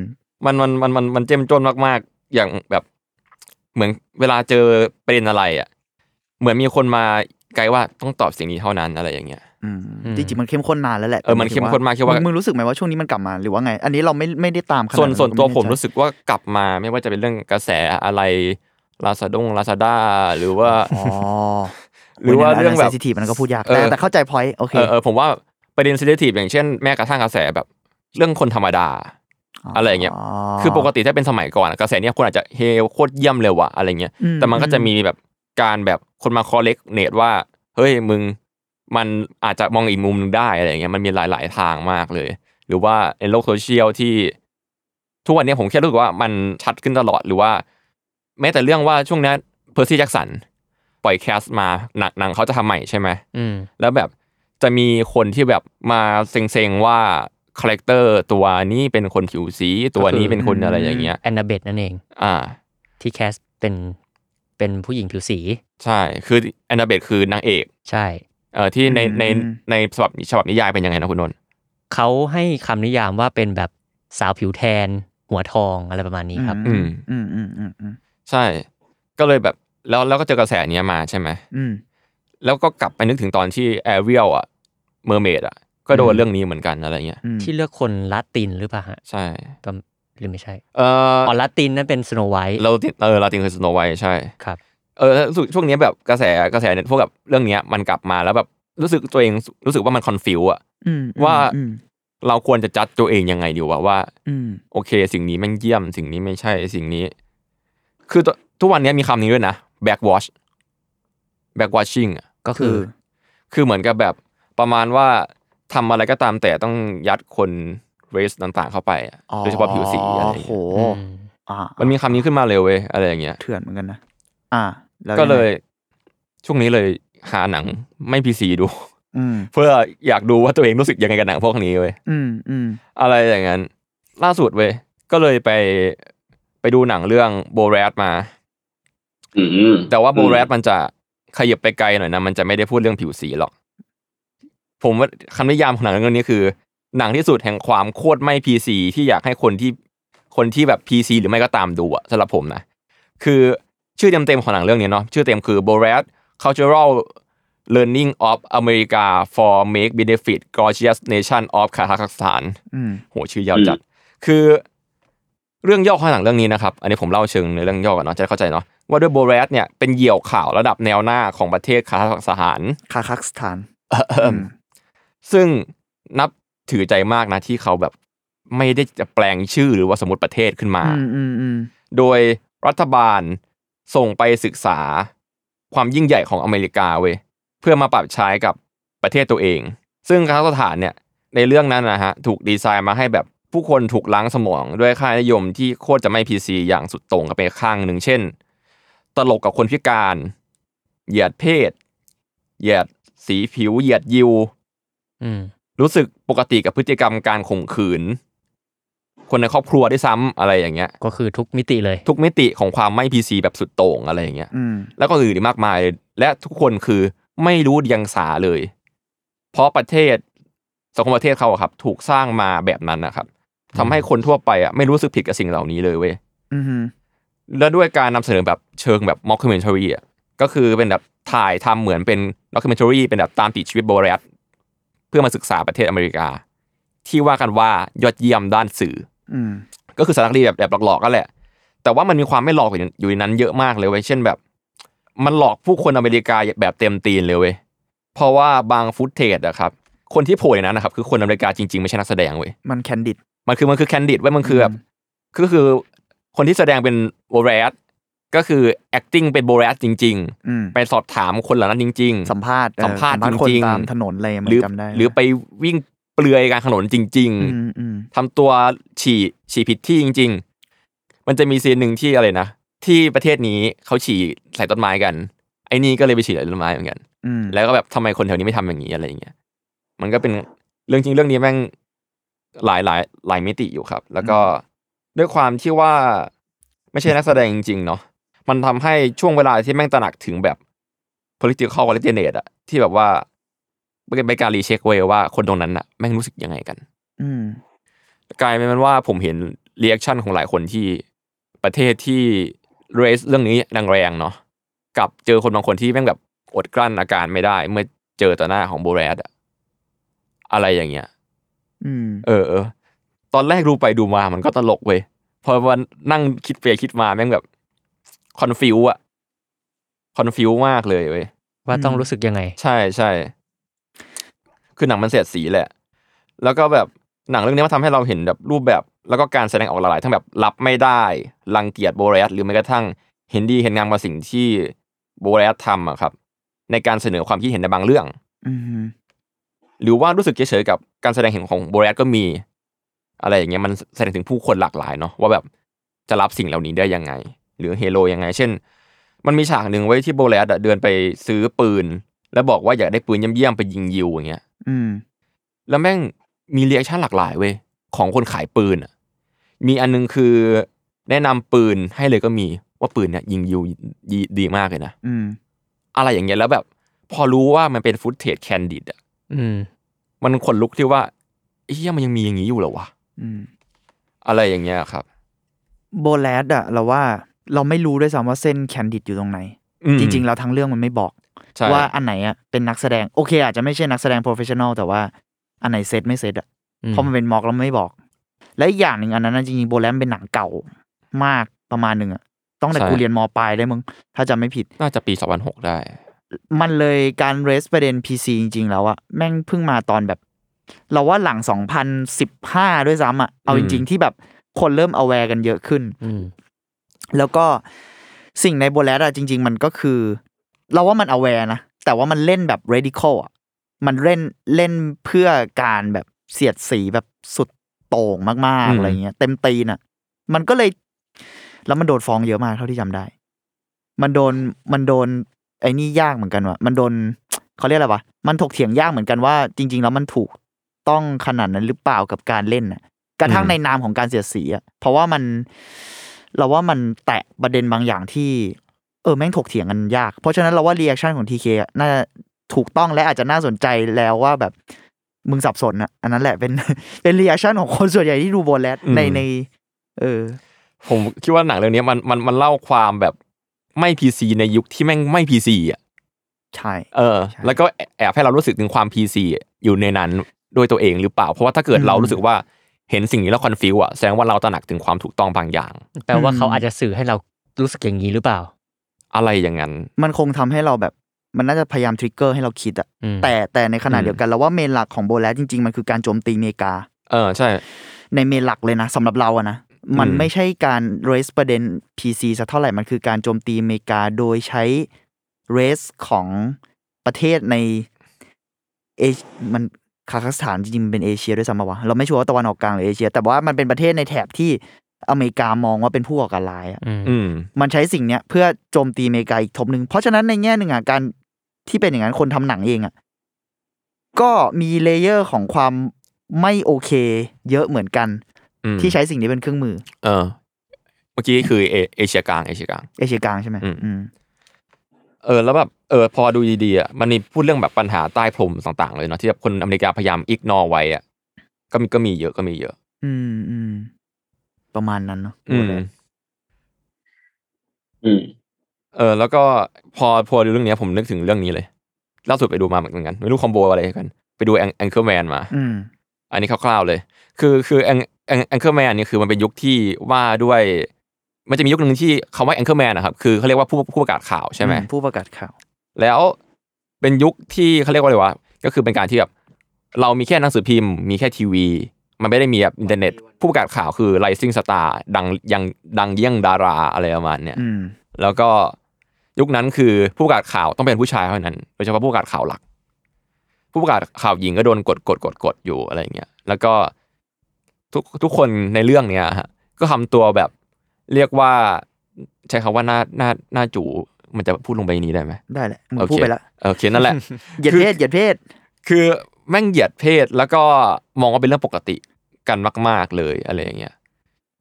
มันมันมันมันมันเจ้มจนมากๆ อย่างแบบ เหมือนเวลาเจอประเด็นอะไรอ่ะ เหมือนมีคนมาไกลว่าต้องตอบสิ่งนี้เท่านั้นอะไรอย่างเงี้ย
อืม
อืม
จริงๆมันเข้มข้นนานแล้วแหละ
เออมันเข้มข้นมากคิดว่า
งมึงรู้สึกไหมว่าช่วงนี้มันกลับมาหรือว่าไง อันนี้เราไม่ไม่ได้ตามขนาด
ส่วนส่วนตัวผมรู้
ก
สึกว่ากลับมาไม่ว่าจะเป็นเรื่องกระแสอะไรลาซาดงลาซาด้าหรือว่า
อ๋อ
หรือว่าเรื่องแบบ
เซนซิทีฟมันก็พูดยาก
เออ
แต่แต่เข้าใจพอยโอเค
เออเออผมว่าประเด็นเซนซิทีฟอย่างเช่นแม้กระทั่งกระแสแบบ เรื่องคนธรรมดา อะไรอย่างเงี้ย คือปกติถ้าเป็นสมัยก่อนอะกระแสเนี้ยคนอาจจะเฮโคตรเยี่ยมเลยว่ะอะไรเงี้ย
อื
แต่มันก็จะมีแบบการแบบคนมาคอเล็กเนตว่า เฮ้ยมึงมันอาจจะมองอีกมุมหนึงได้อะไรอย่างเงี้ยมันมีหลาย ๆ ทางมากเลย หรือว่าในโลกโซเชียลที่ ทุกวันเนี้ยผมแค่รู้สึกว่ามันชัดขึ้นตลอดหรือว่า แม้แต่เรื่องว่าช่วงเนี้เพอร์ซี่แจ็คสันปล่อยแคสมาหนังหนังเขาจะทำใหม่ใช่ไหม
อืม
แล้วแบบจะมีคนที่แบบมาเซ็งๆว่าคาแรคเตอร์ตัวนี้เป็นคนผิวสีตัวนี้เป็นคนอะไรอย่างเงี้ย
แอนนาเบตนั่นเอง
อ่า
ที่แคสเป็น เป็นผู้หญิงผิวสี
ใช่ คือแอนนาเบตคือนางเอก
ใช่
เอ่อที่ใน
อืม
ในในฉบับฉบับนิยายเป็นยังไงนะคุณนนท์
เขาให้คำนิยามว่าเป็นแบบสาวผิวแทน หัวทองอะไรประมาณนี้ครับ
อืมอืมอืมอืมอืม
ใช่ ก็เลยแบบแล้วแล้วก็เจอกระแสเนี้ยมาใช่ไหม
อืม
แล้วก็กลับไปนึกถึงตอนที่แอเรียลอะเมอร์เมดอะก็โด
อื
น
ม
เรื่องนี้เหมือนกันอะไรเงี้ย
อืม
ที่เลือกคนลาตินหรือเปล่าฮะ
ใช่
จำหรือไม่ใช่
เออ
อ๋อลาตินนั่นเป็นสโนไวท์
เราติดเออเราติงคือสโนไวใช่
ครับ
เออแล้วรู้สึกช่วงนี้แบบกระแสกระแสเนี่ยพวกแบบเรื่องเนี้ยมันกลับมาแล้วแบบรู้สึกตัวเองรู้สึกว่ามันคอนฟิวอะ
อืม
ว่า
อืม
เราควรจะจัดตัวเองยังไงดีวะว่า
อืม
โอเค สิ่งนี้แม่งเยี่ยมสิ่งนี้ไม่ใช่สิ่งนี้ คือตัวทุกวันนี้มีคำนี้ด้วยนะ backwash backwashing อะ
ก็คือ
คือเหมือนกับแบบประมาณว่าทำอะไรก็ตามแต่ต้องยัดคนเรสต่างๆเข้าไปอะ
อ๋อ
โดยเฉพาะผิวสีอะไรอย่าง
โห
เงี้ย
ม
อ่า
มันมีคำนี้ขึ้นมาเร็วเว้ยอะไรอย่างเงี้ย
เถื่อนเหมือนกันนะอ่าแว
ก็เลย
งไง
ช่วงนี้เลยหาหนังไม่พีซีดู
อืม
เพื่ออยากดูว่าตัวเองรู้สึกยังไงกับหนังพวกนี้เว้ย
อืมอืม
อะไรอย่างนั้น ล่าสุดเว้ยก็เลยไปไปดูหนังเรื่องโบแรดมา
อืม
แต่ว่าโบแรดมันจะขยับไปไกลหน่อยนะ มันจะไม่ได้พูดเรื่องผิวสีหรอก ผมว่าคำนิยามของหนังเรื่องนี้คือ หนังที่สุดแห่งความโคตรไม่พีซีที่อยากให้คนที่คนที่แบบพีซีหรือไม่ก็ตามดูอะสำหรับผมนะ คือชื่อเต็มๆของหนังเรื่องนี้เนาะชื่อเต็มคือ b o r a t Cultural Learning of America for Make Benefit Gorgeous Nation of Kazakhstan
อืม
โหชื่อยาวจัด คือเรื่องย่อของหนังเรื่องนี้นะครับ อันนี้ผมเล่าเชิงในเรื่องย่อก่อนเนาะจะได้เข้าใจเนาะว่าด้วยโบแรสเนี่ยเป็นเหยี่ยวข่าวระดับแนวหน้าของประเทศคาซัคสถาน
คาซัคสถานม
ซึ่งนับถือใจมากนะที่เขาแบบไม่ได้จะแปลงชื่อหรือว่าสมมติประเทศขึ้นมา
อืมอืมอืม
โดยรัฐบาลส่งไปศึกษาความยิ่งใหญ่ของอเมริกาเว้ยเพื่อมาปรับใช้กับประเทศตัวเอง ซึ่งคาซัคสถานเนี่ยในเรื่องนั้นนะฮะถูกดีไซน์มาให้แบบผู้คนถูกล้างสมองด้วยค่านิยมที่โคตรจะไม่พีซีอย่างสุดโต่งกันไปข้างหนึ่งเช่น ตลกกับคนพิการ เหยียดเพศ เหยียดสีผิว เหยียดยิว
อืม
รู้สึกปกติกับพฤติกรรมการข่มขืน คนในครอบครัวด้วยซ้ำอะไรอย่างเงี้ย
ก็คือทุกมิติเลย
ทุกมิติของความไม่พีซีแบบสุดโต่งอะไรอย่างเงี้ย
อืม
แล้วก็อื่นอีกมากมาย และทุกคนคือไม่รู้เดียงสาเลย เพราะประเทศสังคมประเทศเขาอะครับ ถูกสร้างมาแบบนั้นนะครับทำให้คนทั่วไปอ่ะไม่รู้สึกผิดกับสิ่งเหล่านี้เลยเว้ย
อืม
แล้วด้วยการนำเสนอแบบเชิงแบบ mockumentary อ่ะก็คือเป็นแบบถ่ายทำเหมือนเป็น documentary เป็นแบบตามติดชีวิตโบแรสเพื่อมาศึกษาประเทศอเมริกา ที่ว่ากันว่ายอดเยี่ยมด้านสื่อ
อืม
ก็คือสารคดีแบบแบบหลอกๆก็แหละ แต่ว่ามันมีความไม่หลอกอยู่ในอยู่ในนั้นเยอะมากเลยเว้ย เช่นแบบ มันหลอกผู้คนอเมริกาแบบเต็มตีนเลยเว้ย เพราะว่าบางฟุตเทจอะครับ คนที่โผล่ในนั้นนะครับคือคนอเมริกาจริงๆ ไม่ใช่นักแสดงเว้ย
มันแคนดิด
มันคือมันคือแคนดิดเว้ยมันคือแบบ
อืม
ก็คือคนที่แสดงเป็นโบแรสก็คือ acting เป็นโบแรสจริง
อืม
ๆ ไปสอบถามคนเหล่านั้นจริง ๆ
สัมภาษณ์เอ่อ
สัมภาษณ์
คน
จริงๆ
ตามถนนอะไรเหมือ
หรื
น
อ
จำได้
หรือไปวิ่งเปลือยกลางถนนจริง
อื
ๆ
มอืม
ทำตัวฉี่ฉี่ผิดที่จริง ๆ มันจะมีซีนหนึ่งที่อะไรนะ ที่ประเทศนี้เขาฉี่ใส่ต้นไม้กัน ไอ้นี่ก็เลยไปฉี่ใส่ต้นไม้เหมือนกัน
อืม
แล้วก็แบบทำไมคนแถวนี้ไม่ทำอย่างนี้อะไรอย่างเงี้ย มันก็เป็นเรื่องจริงเรื่องนี้แม่งหลายหลายหลายมิติอยู่ครับ แล้วก็ด้วยความที่ว่าไม่ใช่นักแสดงจริง ๆ เนาะ มันทำให้ช่วงเวลาที่แม่งตระหนักถึงแบบ political correctness อะที่แบบว่าเป็นการรีเช็คเว้ยว่าคนตรงนั้นอะแม่งรู้สึกยังไงกัน
อืม
กลายเป็นว่าผมเห็นรีแอคชั่นของหลายคนที่ประเทศที่เรสเรื่องนี้แรงๆเนาะกับเจอคนบางคนที่แม่งแบบอดกลั้นอาการไม่ได้ เมื่อเจอต่อหน้าของโบแรดอะอะไรอย่างเงี้ย
อืม
เออเออตอนแรกดูไปดูมามันก็ตลกเว้ยพอวันนั่งคิดไปคิดมาแม่งแบบคอนฟิวอะคอนฟิวมากเลยเว้ย
ว่าต้องรู้สึกยังไง
ใช่ใช่ คือหนังมันเสียดสีแหละ แล้วก็แบบหนังเรื่องนี้มันทำให้เราเห็นแบบรูปแบบ แล้วก็การแสดงออกหลายๆ ทั้งแบบรับไม่ได้ รังเกียจโบเรสหรือแม้กระทั่งเห็นดีเห็นงามกับสิ่งที่โบเรสทำอะครับ ในการเสนอความคิดเห็นในบางเรื่อง
อืม
หรือว่ารู้สึกเฉยๆกับการแสดงเห็นของโบเรสก็มี อะไรอย่างเงี้ยมันแสดงถึงผู้คนหลากหลายเนาะว่าแบบจะรับสิ่งเหล่านี้ได้ยังไง หรือเฮโรยังไง เช่น มันมีฉากหนึ่งไว้ที่โบเรสอะเดินไปซื้อปืน แล้วบอกว่าอยากได้ปืนเยี่ยมๆไปยิงยิวอย่างเงี้ย
อืม
แล้วแม่งมีเรีแอคชั่นหลากหลายเว้ยของคนขายปืนอะมีอันนึงคือแนะนำปืนให้เลยก็มี ว่าปืนเนี่ยยิงยูดีดีมากเลยนะ
อืม
อะไรอย่างเงี้ยแล้วแบบ พอรู้ว่ามันเป็นฟุตเทจแคนดิดอ่ะ
อืม
มันขนลุกที่ว่าเฮียมันยังมีอย่างนี้อยู่เหรอวะ
อืม
อะไรอย่างเงี้ยครับ
โบแลดอะเราว่าเราไม่รู้ด้วยซ้ำว่าเส้นแคนดิดอยู่ตรงไหน
อืม
จริงๆเราทั้งเรื่องมันไม่บอก
ใช่
ว่าอันไหนอะเป็นนักแสดง โอเค อาจจะไม่ใช่นักแสดงโปรเฟชชั่นอลแต่ว่าอันไหนเซตไม่เซตอะ
อืม
เพราะมันเป็นมอกแล้วไม่บอก และอีกอย่างหนึ่งอันนั้นนะจริงๆโบแลมเป็นหนังเก่ามากประมาณหนึ่งอะต้องแต่กูเรียนมปลายได้มึง ถ้าจำไม่ผิด
น่าจะปี2006ได้
มันเลยการเรสประเด็น PC จริง ๆ แล้วอะแม่งเพิ่งมาตอนแบบ เราว่าหลัง 2015 ด้วยซ้ำอะเอา
อื
จ
ม
ริง ๆ ที่แบบคนเริ่ม aware กันเยอะขึ้น
อืม
แล้วก็สิ่งในโบแลตอะจริง ๆ มันก็คือ เราว่ามัน aware นะ แต่ว่ามันเล่นแบบ radical อะมันเล่นเล่นเพื่อการแบบเสียดสีแบบสุดโต่งมาก
อืม
ๆอะไรเงี้ยเต็มตีนอะมันก็เลย แล้วมันโดนฟ้องเยอะมากเท่าที่จำได้ มันโดนมันโดน ไอ้นี่ยากเหมือนกันว่ะ มันโดน เขาเรียกอะไรวะ มันถกเถียงยากเหมือนกันว่า จริง ๆ แล้วมันถูกต้องขนาดนั้นหรือเปล่ากับการเล่นน่ะ กระทั่ง
อืม
ในนามของการเสียดสีอ่ะ เพราะว่ามัน เราว่ามันแตะประเด็นบางอย่างที่ เออแม่งถกเถียงกันยาก เพราะฉะนั้นเราว่าเรีแอคชั่นของทีเคน่าถูกต้องและอาจจะน่าสนใจแล้วว่าแบบมึงสับสนอ่ะ อันนั้นแหละเป็น เป็นรีแอคชั่นของคนส่วนใหญ่ที่ดูโบนแลตใน
อืม
ใน เออ
ผมคิดว่าหนังเรื่องเนี้ยมันมันมันเล่าความแบบไม่พีซีในยุคที่แม่งไม่พีซีอ่ะ
ใช่
เออ
ใช่
แล้วก็แอบให้เรารู้สึกถึงความพีซีอยู่ในนั้นด้วยตัวเองหรือเปล่า เพราะว่าถ้าเกิดเรา
อืม
รู้สึกว่าเห็นสิ่งนี้แล้วคอนฟิวอ่ะแสดงว่าเราตระหนักถึงความถูกต้องบางอย่าง
แปลว่า
อืม
เขาอาจจะสื่อให้เรารู้สึกอย่างนี้หรือเปล่า
อะไรอย่างนั้น
มันคงทำให้เราแบบ มันน่าจะพยายามทริกเกอร์ให้เราคิดอะ
อืม
แต่แต่ในขณะ
อืม
เดียวกันเราว่าเมนหลักของโบแลตจริง ๆ มันคือการโจมตีอเมริกา
เออใช่
ในเมนหลักเลยนะสำหรับเราอะนะ มัน
อืม
ไม่ใช่การ raise ประเด็น PC สักเท่าไหร่ มันคือการโจมตีอเมริกาโดยใช้ race ของประเทศในเอมันคาซัคสถานจริงๆมันเป็นเอเชียด้วยซ้ำปะวะเราไม่ชัวร์ว่าตะวันออกกลางหรือเอเชีย แต่ว่ามันเป็นประเทศในแถบที่อเมริกามองว่าเป็นผู้ก่อการร้ายอะ
อืม
อืม
มันใช้สิ่งเนี้ยเพื่อโจมตีอเมริกาอีกทบหนึ่ง เพราะฉะนั้นในแง่หนึ่งอ่ะการที่เป็นอย่างนั้นคนทำหนังเองอ่ะก็มีเลเยอร์ของความไม่โอเค เยอะเหมือนกัน
อืม
ที่ใช้สิ่งนี้เป็นเครื่องมือ
เออเมื่อกี้คือเอเอเชียกลางเอเชียกลาง
เอเชียกลางใช่ไหม
อืม
อืม
เออแล้วแบบเออพอดูดีๆอ่ะมันมีพูดเรื่องแบบปัญหาใต้พรมต่างๆเลยเนาะที่แบบคนอเมริกาพยายามอิกนอไว้อ่ะก็มีก็มีเยอะก็มีเยอะ
อืมอืมประมาณนั้นเนาะ
อืม
อืม
เออแล้วก็พอพอดูเรื่องเนี้ยผมนึกถึงเรื่องนี้เลยล่าสุดไปดูมาเหมือนกันไม่รู้คอมโบอะไรกัน ไปดูแองเกิลแมนมา
อืม
อันนี้คร่าวๆเลย คือคือแองแองเกิลแมนนี่ยคือมันเป็นยุคที่ว่าด้วย มันจะมียุคหนึ่งที่คำว่าแองเกิลแมนนะครับคือเขาเรียกว่าผู้ผู้ประกาศข่าวใช่ไหม
ผู้ประกาศข่าว
แล้วเป็นยุคที่เขาเรียกว่าอะไรวะ ก็คือเป็นการที่แบบเรามีแค่หนังสือพิมพ์ มีแค่ทีวี มันไม่ได้มีแบบอินเทอร์เน็ต ผู้ประกาศข่าวคือ rising star ดังยังดังเยี่ยงดาราอะไรประมาณเนี่ย
อืม
แล้วก็ยุคนั้นคือผู้ประกาศข่าวต้องเป็นผู้ชายเท่านั้นโดยเฉพาะผู้ประกาศข่าวหลัก ผู้ประกาศข่าวหญิงก็โดนกดกดกดกดอยู่อะไรอย่างเงี้ยแล้วก็ทุกทุกคนในเรื่องเนี้ยฮะก็ทำตัวแบบเรียกว่า ใช้คำว่าหน้าหน้าหน้าจูมันจะพูดลงไปในนี้ได้ไหม
ได้แหละมึง
โอเค
พูดไปละ
เออเขียนนั่นแหละ
เหยียดเพศเหยียดเพศ
คือแม่งเหยียดเพศแล้วก็มองว่าเป็นเรื่องปกติกันมาก ๆเลยอะไรอย่างเงี้ย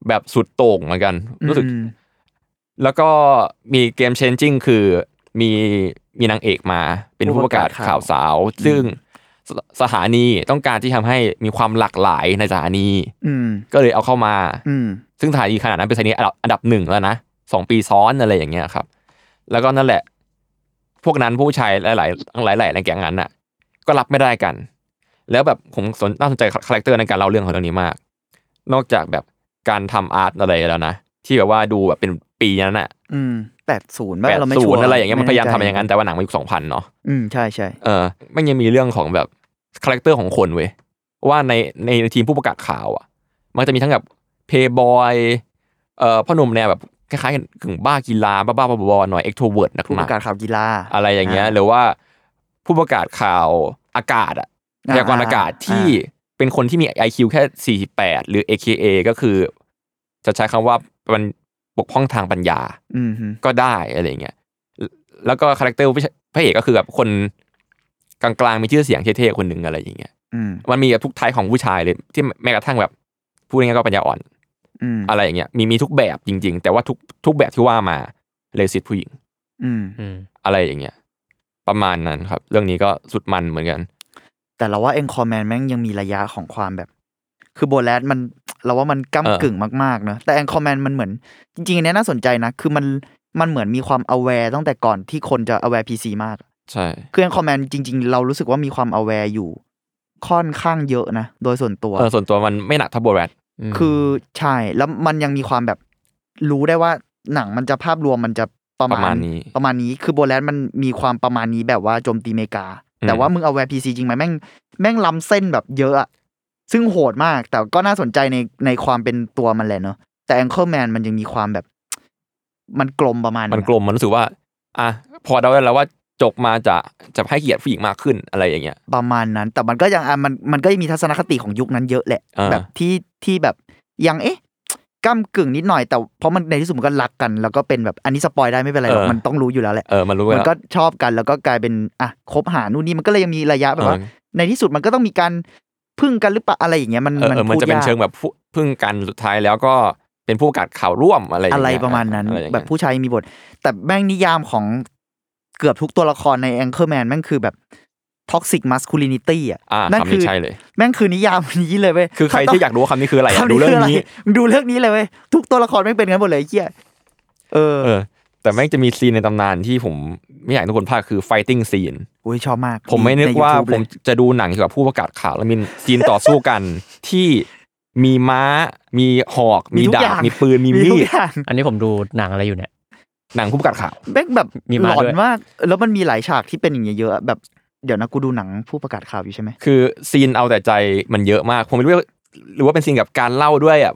แบบสุดโต่งเหมือนกัน รู้สึก
อืม
แล้วก็มีเกม changing คือมีมีนางเอกมา เป็นผู้ประกาศข่าวสาว ซึ่งสสถานีต้องการที่ทำให้มีความหลากหลายในสถานี
อืม
ก็เลยเอาเข้ามา
อืม
ซึ่งสถานีขนาดนั้นเป็นสถานีอันดับอันดับหนึ่งแล้วนะสองปีซ้อนอะไรอย่างเงี้ยครับ แล้วก็นั่นแหละ พวกนั้นผู้ชายหลายๆทั้งหลายหลายในแก๊งนั้นน่ะ ก็รับไม่ได้กัน แล้วแบบผมสนน่าสนใจคาแรคเตอร์ในการเล่าเรื่องของเรื่องนี้มาก นอกจากแบบการทำอาร์ตอะไรแล้วนะ ที่แบบว่าดูแบบเป็นปีนั้นน่ะ
อืมแปดศูนย์
แปด
เราไม่
ศู
ชัวน ร์
ย์อะไรอย่างเงี้ยมันพยายาม
แใจ
ทำอย่างนั้นแต่ว่าหนังมันยุคสองพันเนาะ
อืมใช่ใช่
เออแมันยังมีเรื่องของแบบคาแรคเตอร์ของคนเว้ยว่าในในทีมผู้ประกาศข่าวอ่ะ มันจะมีทั้งแบบเพย์บอยเอ่อพ่อหนุ่มแนวแบบคล้ายๆกันกึ่งบ้ากีฬาบ้าบ้าๆบอๆหน่อยเอ็กโทรเวิร์ดนัก
ผู้
ห
ป
นั
ระกาศข่าวกีฬา
อะไรอย่างเงี้ย
อ่า
หรือว่าผู้ประกาศข่าวอากาศอ่ะพยากรณ์อากาศที่เป็นคนที่มี IQ แค่ 48 หรือ AKA ก็คือ จะใช้คำว่ามันปกพ้องทางปัญญา
อืมฮึ
ก็ได้อะไรอย่างเงี้ย แล้วแล้วก็คาแรคเตอร์พระเอกก็คือแบบคนกลางๆมีชื่อเสียงเท่ๆคนหนึ่งอะไรอย่างเงี้ย
อืม
มันมีแบบทุกไทป์ของผู้ชายเลยที่แม้กระทั่งแบบพูดง่ายๆก็ปัญญาอ่อน
อืม
อะไรอย่างเงี้ยมีมีทุกแบบจริง ๆ แต่ว่าทุกทุกแบบที่ว่ามาเลยสิทธิ์ผู้หญิง
อืม
อืม
อะไรอย่างเงี้ย ประมาณนั้นครับ เรื่องนี้ก็สุดมันเหมือนกัน
แต่เราว่าเอ็นคอร์แมนแม่งยังมีระยะของความแบบ คือโบแลดมันเราว่ามัน
เออ
ก้ำกึ่งมากๆเนอะแต่เอ็นคอร์แมนมันเหมือน จริงๆอันเนี้ยน่าสนใจนะ คือมันมันเหมือนมีความ aware ตั้งแต่ก่อนที่คนจะ aware PC มากอะ
ใช่
คือเอ็นคอร์แมนจริง ๆ เรารู้สึกว่ามีความ aware อยู่ ค่อนข้างเยอะนะ โดยส่วนตัว
เออส่วนตัวมันไม่หนักเท่าโบแรดม
คือใช่ แล้วมันยังมีความแบบรู้ได้ว่าหนังมันจะภาพรวมมันจะประ
ประ
มา
มา
ณ
ณนี้
ประมาณนี้คือโบแลนด์มันมีความประมาณนี้แบบว่าโจมตีอเมริกา
อืม
แต่ว่ามึงเอาแวร์พีซีจริงไหมแม่งแม่งล้ำเส้นแบบเยอะอะซึ่งโหดมาก แต่ก็น่าสนใจในในความเป็นตัวมันแหละเนอะแต่แองเ l ิลแมนมันยังมีความแบบ มันกลมประมาณ
มัน
อะ
กลมมันรู้สึกว่า อ่ะพอเดาได้แล้วว่าจบมาจะจะให้เกียรติผู้หญิงมากขึ้นอะไรอย่างเงี้ย
ประมาณนั้น แต่มันก็ยังอ่ะมันมันก็ยังมีทัศนคติของยุคนั้นเยอะแหละ
อ่า
แบบที่ที่แบบยังเอ๊ะก้ำกึ่งนิดหน่อย แต่เพราะมันในที่สุดมันก็รักกัน แล้วก็เป็นแบบอันนี้สปอยได้ไม่เป็นไรหรอกมันต้องรู้อยู่แล้วแหละ
เออมันรู้ไว้
มัน
แล้ว
ก็ชอบกันแล้วก็กลายเป็นอ่ะคบหานู่นนี่มันก็เลยยังมีระยะแบบว่า
เออ
ในที่สุดมันก็ต้องมีการพึ่งกันหรือเปล่าอะไรอย่างเงี้ยมัน
เออเออมัน
พูด
จะเป็น
ยาก
เชิงแบบผู้พึ่งกันสุดท้ายแล้วก็เป็นผู้ประกาศข่าวร่วมอะไรอย่าง
อะไร
เงี้ย
ประมาณนั้น
อะไรอย่าง
แบ
เงี้
บ
ย
ผู้ชายมีบท แต่แม่งนิยามของเกือบทุกตัวละครในแองเ r ิลแมนแม่งคือแบบท็อกซิกมัสคูลินิตี้อ่ะ
อ่า
นั่น
คำ
คื
นี้
อ
ใช่เลย
แม่งคือนิยามนี้เลยเว้ย
คือใครที่อยากรู้ว่าคำนี้คืออะไรอ่ะ
คำ
ดู
นี้
เรื่
คือ อง อะไร
นี้
มึงดูเรื่องนี้เลยเว้ยทุกตัวละครแม่งเป็นกันหมดเลยไอ้เหี้ยเออ
เออ แต่แม่งจะมีซีนในตำนานที่ผมไม่อยากให้ทุกคนพลาดคือ fighting scene
โอ้ยชอบมาก
ผมไม่นึกว่า
ใ YouTube
ผ
เลย
มจะดูหนังเกี่ยวกับผู้ประกาศข่าวแล้วมีซีนต่อสู้กัน ที่มีม้า มีหอก มี
ทุก
ดา
อบ ย่ง
มีปืนมี
ทุ
มี
ก
ด
อย่าง
อันนี้ผมดูหนังอะไรอยู่เนี่ย
หนังผู้ประกาศข่าว
แม่งแบบ
มี
ห
ม้า
ลอน
ด้วย
มาก แล้วมันมีหลายฉากที่เป็นอย่างเงี้ยเยอะแบบเดี๋ยวนะกูดูหนังผู้ประกาศข่าวอยู่ใช่ไหม
คือซีนเอาแต่ใจมันเยอะมาก ผมไม่รู้ว่าหรือว่าเป็นซีนกับการเล่าด้วยอ่ะ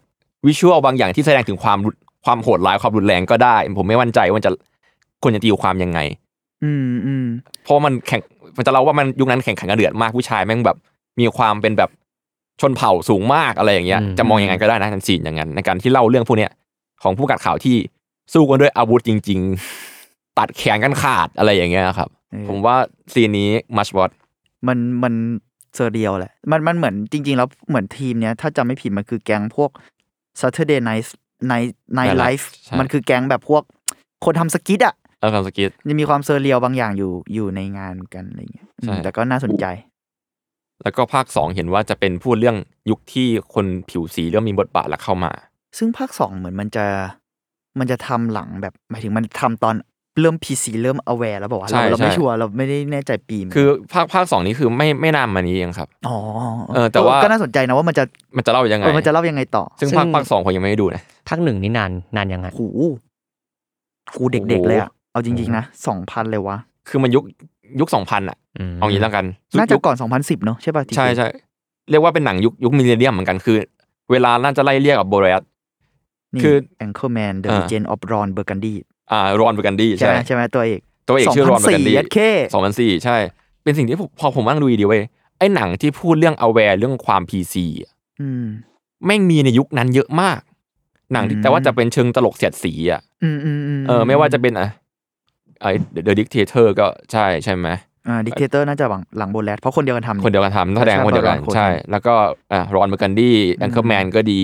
วิชวลบางอย่างที่แสดงถึงความรุนความโหดร้ายความรุนแรงก็ได้ ผมไม่มั่นใจว่ามันจะควรจะตีความยังไง
อืมอืม
เพราะมันแข่งมันจะเล่าว่ามันยุคนั้นแข่งขันกันเดือดมากผู้ชายแม่งแบบมีความเป็นแบบชนเผ่าสูงมากอะไรอย่างเงี้ย
อืม
จะมองยังไงก็ได้นะทันซีนอย่างนั้นในการที่เล่าเรื่องพวกเนี้ยของผู้ประกัดข่าวที่สู้กันด้วยอาวุธจริง ๆ ตัดแขนกันขาดอะไรอย่างเงี้ยครับ
เออ
ผมว่าซีนนี้มัชวอต
มันมันเซอร์เรียลแหละ มันมันเหมือนจริง ๆ แล้วเหมือนทีมเนี้ย ถ้าจำไม่ผิดมันคือแก๊งพวก Saturday Night Night Night Life มันคือแก๊งแบบพวก คนทำสกิทอ่ะ
เออคำสกิท
ยังมีความเซอร์เรียลบางอย่างอยู่อยู่ในงานกันอะไรเงี้ยอืม
ใช่
แต่ก็น่าสนใจ
แล้วก็ภาคสองเห็นว่าจะเป็นพูดเรื่องยุคที่คนผิวสีเริ่มมีบทบาทและเข้ามา
ซึ่งภาคสองเหมือนมันจะมันจะทำหลังแบบหมายถึงมันทำตอนเริ่ม PC เริ่ม aware แล้วบอกว่าวะ
ใช่
เราเราไม่
ใช่
ชัวร์เราไม่ได้แน่ใจปีเหมืนกัน
คือภาคภาคสองนี้คือไม่ไม่นานมานี้เองครับ
อ๋อ
เออแต่ว่า
ก็น่าสนใจนะว่ามันจะ
มันจะเล่ายังไง
เออมันจะเล่ายังไงต่อ
ซึ่ง
ซึ่ง
ภาคภาคสองผมยังไม่ได้ดูนะ
ภาคหนึ่งนี่นานนานยังไง
โอ้โหกูเด็กๆเลยอะเอาจริงๆนะสองพันเลยวะ
คือมันยุคยุคสองพันอ่ะ เอางี้แล้วกัน
น่าจะ
ยุค
ก่อนสองพันสิบเนอะใช่ป่ะจริงๆ
ใช่ใช่เรียกว่าเป็นหนังยุคยุคมิลเลนเนียมเหมือนกันคือ เวลาน่าจะไล่เรียกกับโบเรส
นี่
คือ
Anchorman The
อ่า
Legend of Ron Burgundy
อ่ารอนเบอร์กันดี้
ใช่
ใช่
ไหมใช่ไหมตัวเอก
ตัวเอกชื่อรอนเบอร์กันดี้
เอ
สองพันสี่ใช่ เป็นสิ่งที่ผมพอผมว่างดูดีๆเว้ยไอ้หนังที่พูดเรื่อง aware เรื่องความ PC อะ
อืม
แม่งมีในยุคนั้นเยอะมาก หนังที่
อืม
แต่ว่าจะเป็นเชิงตลกเสียดสีอ่ะ
อืมอืมอื
เออไม่ว่าจะเป็นอ่ะไอ้ The Dictator ก็ใช่ใช่ไหม
อ่าดิเทเตอร์น่าจะหลังหลังโบแลตเพราะคนเดียวกันทำ
คนเดียวกันทำนักแสดง
ใช่
คนเดียวกัน
ประมาณคน
ใช่ แล้วก็อ่ะรอนเบอร์กันดี้แองเกอร์แมนก็ดี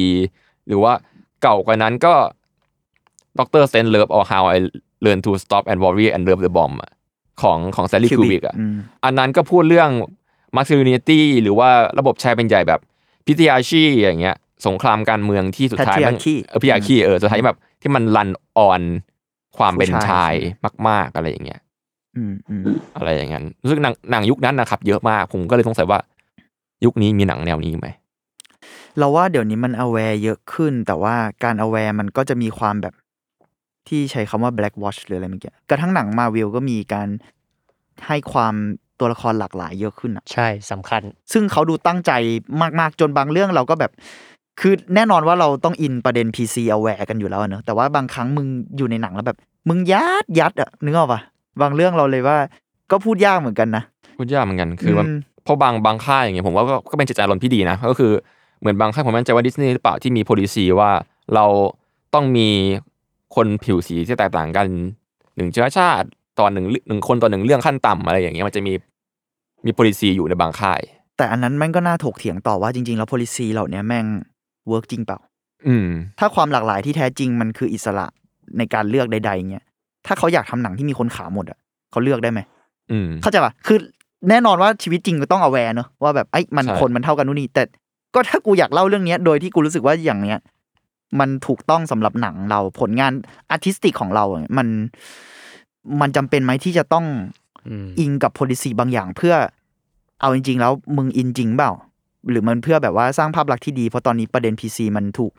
หรือว่าเก่ากว่านั้นก็ด็อกเตอร์เซนเลิฟออ How I Learn to Stop and Worry and Love the Bomb อะของของแซลลี่คูบิกอ่ะ
ม
อันนั้นก็พูดเรื่องมาร์ซิลินตี้หรือว่าระบบชายเป็นใหญ่แบบพิธีอาชีอย่างเงี้ย สงครามการเมืองที่สุดท้าย
แพทริอา
มัน
คี
เออพิธีอาคีเออสุดท้ายแบบที่มันรันออนความเป็น
ผู้ชา
ชาย ยมาก ๆอะไรอย่างเงี้ย
อืมอืม
อะไรอย่างนั้นรู้สึกหนังหนังยุคนั้นนะครับ เยอะมาก ผมก็เลยสงสัยว่า ยุคนี้มีหนังแนวนี้ไหม
เราว่าเดี๋ยวนี้มัน aware เยอะขึ้น แต่ว่าการ aware มันก็จะมีความแบบที่ใช้คำว่า black watch หรืออะไรเมื่อกี้กระทั่งหนังมาวิลก็มีการให้ความตัวละครหลากหลายเยอะขึ้นอะ
ใช่สำคัญ
ซึ่งเขาดูตั้งใจมาก ๆ จนบางเรื่องเราก็แบบ คือแน่นอนว่าเราต้องอินประเด็น PC aware กันอยู่แล้วอะเนอะแต่ว่าบางครั้งมึงอยู่ในหนังแล้วแบบ มึงยัดยัดอะนึกออกปะบางเรื่องเราเลยว่าก็พูดยากเหมือนกันนะ
พูดยากเหมือนกัน คือมัน
ม
เพราะบางบางค่ายอย่างเงี้ยผมว่าก็ก็เป็นเจตนารมณ์ที่ดีนะ ก็คือเหมือนบางค่ายผมไม่แน่ใจว่าดิสนีย์หรือเปล่าที่มี policy ว่าเราต้องมีคนผิวสีที่แตกต่างกันหนึ่งเชื้อชาติตอนหนึ่งเรื่องหนึ่งคนต่อหนึ่งเรื่องขั้นต่ำอะไรอย่างเงี้ยมันจะมีมี policy อยู่ในบางค่าย
แต่อันนั้นแม่งก็น่าถกเถียงต่อว่าจริง ๆ แล้ว policy เหล่าเนี้ยแม่ง work จริงเปล่า
อืม
ถ้าความหลากหลายที่แท้จริงมันคืออิสระในการเลือกใดๆเงี้ยถ้าเขาอยากทำหนังที่มีคนขาหมดอ่ะเขาเลือกได้ไหม
อืม
เข้าใจป่ะ คือแน่นอนว่าชีวิตจริงก็ต้อง aware เนอะว่าแบบไอ้ยมัน
ใช่
คนมันเท่ากันนู่นนี่ แต่ก็ถ้ากูอยากเล่าเรื่องเนี้ย โดยที่กูรู้สึกว่าอย่างเนี้ย มันถูกต้องสำหรับหนังเราผลงานอาร์ติสติกของเราอะมันมันจำเป็นไหมที่จะต้อง
อืม
อิงกับ policy บางอย่างเพื่อ เอาจริง ๆ แล้วมึงอินจริงเปล่า หรือมันเพื่อแบบว่าสร้างภาพลักษณ์ที่ดี เพราะตอนนี้ประเด็น PC มันถูก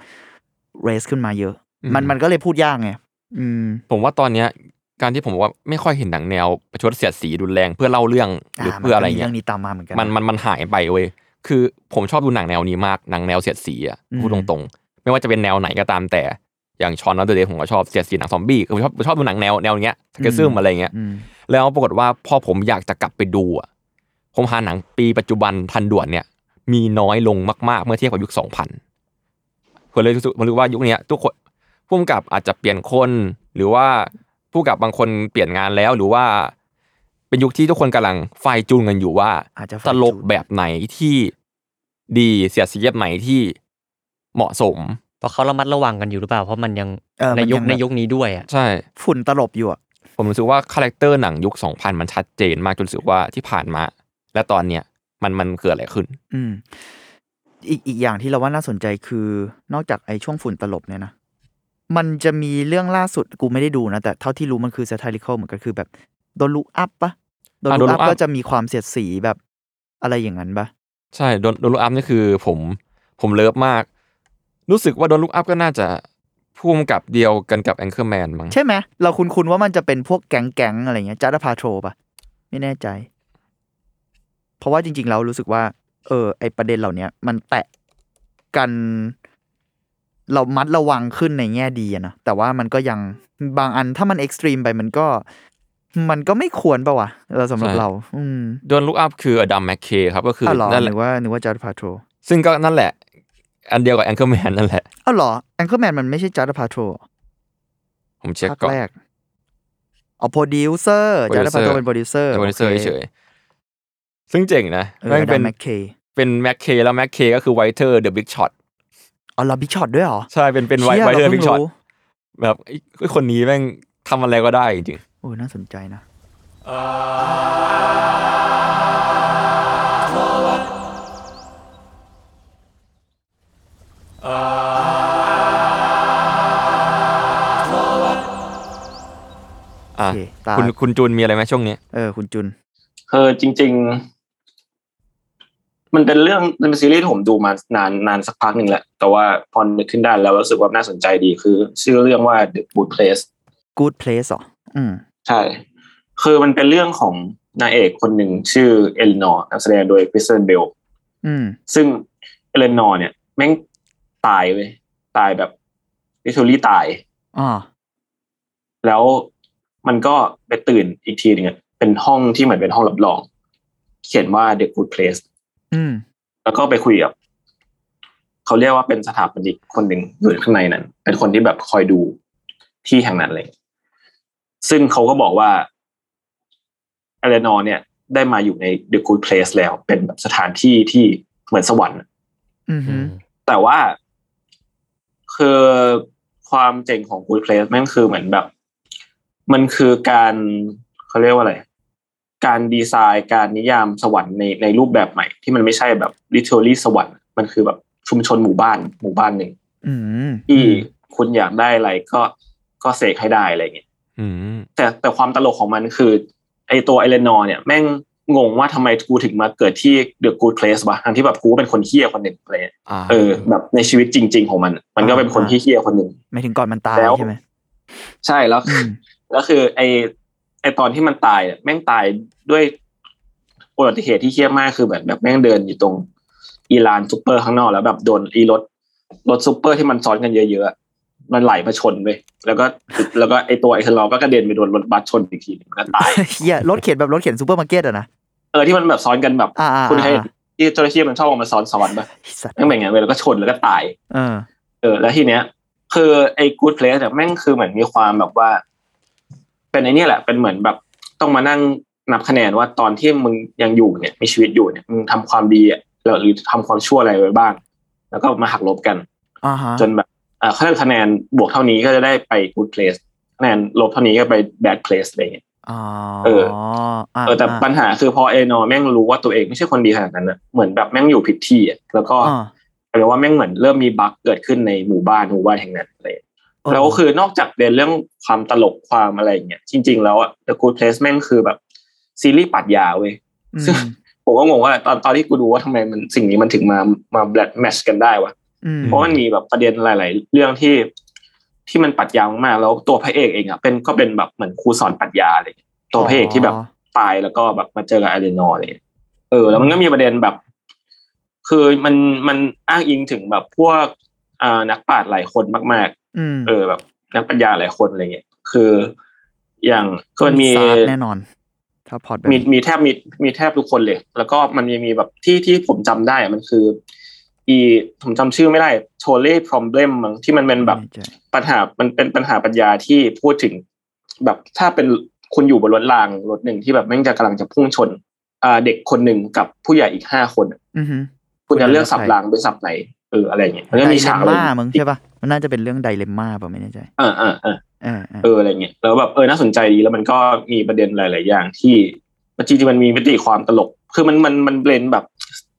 raise ขึ้นมาเยอะ
อืม
มันมันก็เลยพูดยากไงอืม
ผมว่าตอนเนี้ย การที่ผมบอกว่าไม่ค่อยเห็นหนังแนวประชดเสียดสีรุนแรงเพื่อเล่าเรื่องหรือเพื่ออะไร
มันก็มี
เงี้ย
เรื่องนี้ตามมาเหมือนกัน
มันมันมันหายไปเว้ยคือผมชอบดูหนังแนวนี้มากหนังแนวเสียดสีอ่ะ
อืม
พูดตรงๆ ไม่ว่าจะเป็นแนวไหนก็ตามแต่อย่างชอนนัทเดเดย์ผมก็ชอบเสียดสีหนังซอมบี้คือผมชอบผมชอบดูหนังแนวแนวเนี้ยสเกซึมอะไรเงี้ย
อืม
แล้วปรากฏว่าพอผมอยากจะกลับไปดูอ่ะผมหาหนังปีปัจจุบันทันด่วนเนี่ย มีน้อยลงมาก ๆ เมื่อเทียบกับยุคสองพันผมเลยรู้สึกผมรู้ว่ายุคเนี้ยทุกคนผู้กำกับอาจจะเปลี่ยนคน หรือว่าผู้กำกับบางคนเปลี่ยนงานแล้วหรือว่า เป็นยุคที่ทุกคนกำลังไฟจูนกันอยู่ว่า
อาจจะไฟจู
ต
น
ลกแบบไหนที่ดีเสียดสีแบบไหนที่เหมาะสม
เพราะเขาระมัดระวังกันอยู่หรือเปล่า เพราะมันยัง
เออ
ใน
มัน
ยุ
ยั
ค
งแบบ
ในยุคนี้ด้วยอ่ะ
ใช่
ฝุ่นตลบอยู่อะ
ผมรู้สึกว่าคาแรคเตอร์หนังยุค 2000 มันชัดเจนมากจนรู้สึกว่าที่ผ่านมา และตอนเนี้ยมันมันเกิดอะไรขึ้น
อืมอีกอีกอย่างที่เราว่าน่าสนใจคือนอกจากไอ้ช่วงฝุ่นตลบเนี่ยนะ มันจะมีเรื่องล่าสุดกูไม่ได้ดูนะ แต่เท่าที่รู้มันคือ satirical เหมือนกันคือแบบโดนลุกอัพปะโดน
อ่ะ
ลุก
Don't
อัพ
Look Up
ก็จะมีความเสียดสีแบบอะไรอย่างนั้นปะ
ใช่โดนโดนลุกอัพนี่คือผมผมเลิฟมาก รู้สึกว่าโดนลุกอัพก็น่าจะพุ่มกับเดียวกันกับแองเกอร์แมนมั้ง
ใช่ไหมเราคุ้นๆว่ามันจะเป็นพวกแก๊งแก๊งๆอะไรเงี้ยจัตพาโทรปะไม่แน่ใจ เพราะว่าจริง ๆ เรารู้สึกว่า เออ ไอประเด็นเหล่าเนี้ยมันแตะกัน เรามัดระวังขึ้นในแง่ดีอะนะแต่ว่ามันก็ยังบางอันถ้ามันเอ็กซ์ตรีมไปมันก็ มันก็ไม่ควรปะวะเราสำหรับเรา อืม
โดนลุกอัพคืออดัมแมคเคครับก็คือ
อ้าวเหรอ
นั่นแห
ห
ละ
รือว่านึกว่าจัดพาโทร
ซึ่งก็นั่นแหละ อันเดียวกับแองเกอร์แมนนั่นแหละ
อ้าวเหรอแองเกอร์แมนมันไม่ใช่จัดพาโทร
ผมเช็ค
ภาค
ก่อน
แรกอ๋อโปรดิวเซอร์จัดพาโทร
Producer
เป็นโปรดิวเซอร์
โปรดิวเซอร์
โค
เฉยๆซึ่งเจ๋งนะ
เออ
แม่งเป็น
แมคเค
เป็นแมคเคแล้วแมคเคก็คือไวเทอร์เดอะบิ๊กช็อต
อ๋อเหรอบิ๊กช็อตด้วยเหรอ
ใช่เป็นเป็นไว
ชี่ย
เทอร์
า
บิ๊
พิ่
ก
ง
ช็อต แบบไอ้ไอ้คนนี้แม่งทำอะไรก็ได้จริง
โอ้ยน่าสนใจนะ
ๆอ่ะ
โอเคตาม
คุณคุณจูนมีอะไรไหมช่วงนี้
เออคุณจุน
เออจริง ๆ มันเป็นเรื่องมันเป็นซีรีส์ที่ผมดูมานานนานสักพักหนึ่งแหละ แต่ว่าพอนึกขึ้นได้แล้วรู้สึกว่าน่าสนใจดีคือ ชื่อเรื่องว่า The Good Place
Good Place เหรออืม
ใช่ คือมันเป็นเรื่องของนางเอกคนหนึ่งชื่อเอลินอร์นักแสดงโดยคริสเตนเบล
อืม
ซึ่งเอลินอร์เนี่ย แม่งตายเว้ยตายแบบลิทูลี่ตาย
อ่า
แล้วมันก็ไปตื่นอีกทีหนึ่งอะเป็นห้องที่เหมือนเป็นห้องรับรอง เขียนว่า The Good Place
อืม
แล้วก็ไปคุยกับเขาเรียกว่าเป็นสถาปนิกคนหนึ่งอยู่ข้างในนั้น เป็นคนที่แบบคอยดูที่แห่งนั้นเลยซึ่งเขาก็บอกว่าเอเลนอร์เนี่ย ได้มาอยู่ใน The Good Place แล้ว เป็นแบบสถานที่ที่เหมือนสวรรค์
อืมฮึ
แต่ว่าคือความเจ๋งของ Good Place แม่งคือเหมือนแบบ มันคือการเขาเรียกว่าอะไร การดีไซน์การนิยามสวรรค์ในในรูปแบบใหม่ ที่มันไม่ใช่แบบ literally สวรรค์มันคือแบบชุมชนหมู่บ้านหมู่บ้านหนึ่ง
อืม
ที่คุณอยากได้อะไรก็ก็เสกให้ได้อะไรอย่างเงี้ย
อืม
แต่แต่ความตลกของมันคือ ไอตัวไอเลนอร์เนี่ยแม่งงงว่าทำไมกูถึงมาเกิดที่ The Good Place วะทั้งที่แบบกูก็เป็นคนเฮี้ยคนหนึ่งอะไรเงี้ย
อ่า
เออแบบในชีวิตจริง ๆ ของมัน มันก็เป็นคนที่เฮี้ยคนหนึ่ง
ไม่ถึงก่อนมันตาย
แล้ว
ใช่ไหม
ใช่แล้ว
อืม
แล้วคือ ไอไอตอนที่มันตายอะแม่งตายด้วยอุบัติเหตุที่เฮี้ยมากคือแบบแบบแม่งเดินอยู่ตรงอีลานซูเปอร์ข้างนอกแล้วแบบโดนอีรถรถซูเปอร์ที่มันซ้อนกันเยอะๆอะมันไหลมาชนไปแล้วก็แล้วก็ไอตัวไอเทอร์ลอก็กระเด็นไปโดนรถบัสชนอีกทีหนึ่งแล้วตาย
เฮียรถเข็นแบบรถเข็นซูเปอร์มาร์เก็ตอะนะ
เออที่มันแบบซ้อนกันแบบ
อ่าๆๆ
คุณให้ที่เจ้าหน้าที่มันชอบเอามาซ้อนซ้อนๆปะ
ไอ้สัตว์
แม่งเป็นอย่างนั้นเว้ยแล้วก็ชนแล้วก็ตาย
เออ
เออแล้วทีเนี้ย คือไอ้ good place เนี่ยแม่งคือเหมือนมีความแบบว่า เป็นไอ้เนี่ยแหละ เป็นเหมือนแบบต้องมานั่งนับคะแนนว่าตอนที่มึงยังอยู่เนี่ยมีชีวิตอยู่เนี่ยมึงทำความดีอะแล้วหรือทำความชั่วอะไรไว้บ้าง แล้วก็มาหักลบกัน
อ่าฮะ
จนแบบ อ่าคะแนนคะแนนบวกเท่านี้ก็จะได้ไป good place คะแนนลบเท่านี้ก็ไป bad place อะไรอย่างเงี้ย
อ๋อ
เออ
อ่ะ
เออแต่
อ่ะ
ปัญหาคือพอเอนอแม่งรู้ว่าตัวเองไม่ใช่คนดีขนาดนั้นอะเหมือนแบบแม่งอยู่ผิดที่อะแล้วก็
อ่ะ
แปลว่าแม่งเหมือนเริ่มมีบั๊กเกิดขึ้นในหมู่บ้านหมู่บ้านแห่งนั้นอะไรอย่างเงี้ย แล้วก็คือนอกจากเรียนเรื่องความตลกความอะไรอย่างเงี้ยจริง ๆ แล้วอะ The Good Place แม่งคือแบบซีรีส์ปรัดยาเว้ย
อืม
ซึ่ง ผมก็งงว่าตอนตอนที่กูดูว่าทำไมมันสิ่งนี้มันถึงมามาแบทแมชกันได้วะ
อืม
เพราะมันมีแบบประเด็นหลาย ๆ เรื่องที่ที่มันปรัดยามากๆแล้วตัวพระเอกเองอะเป็นก็เป็นแบบเหมือนครูสอนปรัดยาอะไรอย่างเงี้ยตัวพระเอกที่แบบตายแล้วก็แบบมาเจอกับอเลนอร์อะไรอย่างเงี้ย เออแล้วมันก็มีประเด็นแบบ คือมันมันอ้างอิงถึงแบบพวกอ่านักปราชญ์หลายคนมาก ๆ
อืม
เออแบบนักปัญญาหลายคนอะไรเงี้ยคืออย่างก็มันมี
ซาร์สแน่นอน ถ้าพอดแบบ
มี
นี้
มีแทบมีมีแทบทุกคนเลย แล้วก็มันมีมีแบบที่ที่ผมจำได้อะมันคือ อีผมจำชื่อไม่ได้โชเล่พรอมเบลมมั้งที่มันเป็นแบบ
ไม่แน่ใจ
ปัญหามันเป็นปัญหาปัญญาที่พูดถึง แบบถ้าเป็นคุณอยู่บนรถรางรถหนึ่งที่แบบแม่งจะกำลังจะพุ่งชนอ่าเด็กคนหนึ่งกับผู้ใหญ่อีกห้าคนอะ
อือหือ
คุณจะเลือก
คุณจะเลือก
สับ
ใคร
รางเป็นสับไหนเอออะไรเงี้ยมันก็
ได
มี
เล
ฉาก
ม
อะไร
ม่ามั้งใช่ป่ะมันน่าจะเป็นเรื่องไดเลมม่าป่ะไม่แน่ใจ
อ่าอ่าอ่า
เออเออ
เอออะไรเงี้ยแล้วแบบเออน่าสนใจดีแล้วมันก็มีประเด็นหลาย ๆ อย่างที่จริงๆมันมีมิติความตลก คือมันมันมันเบลนแบบ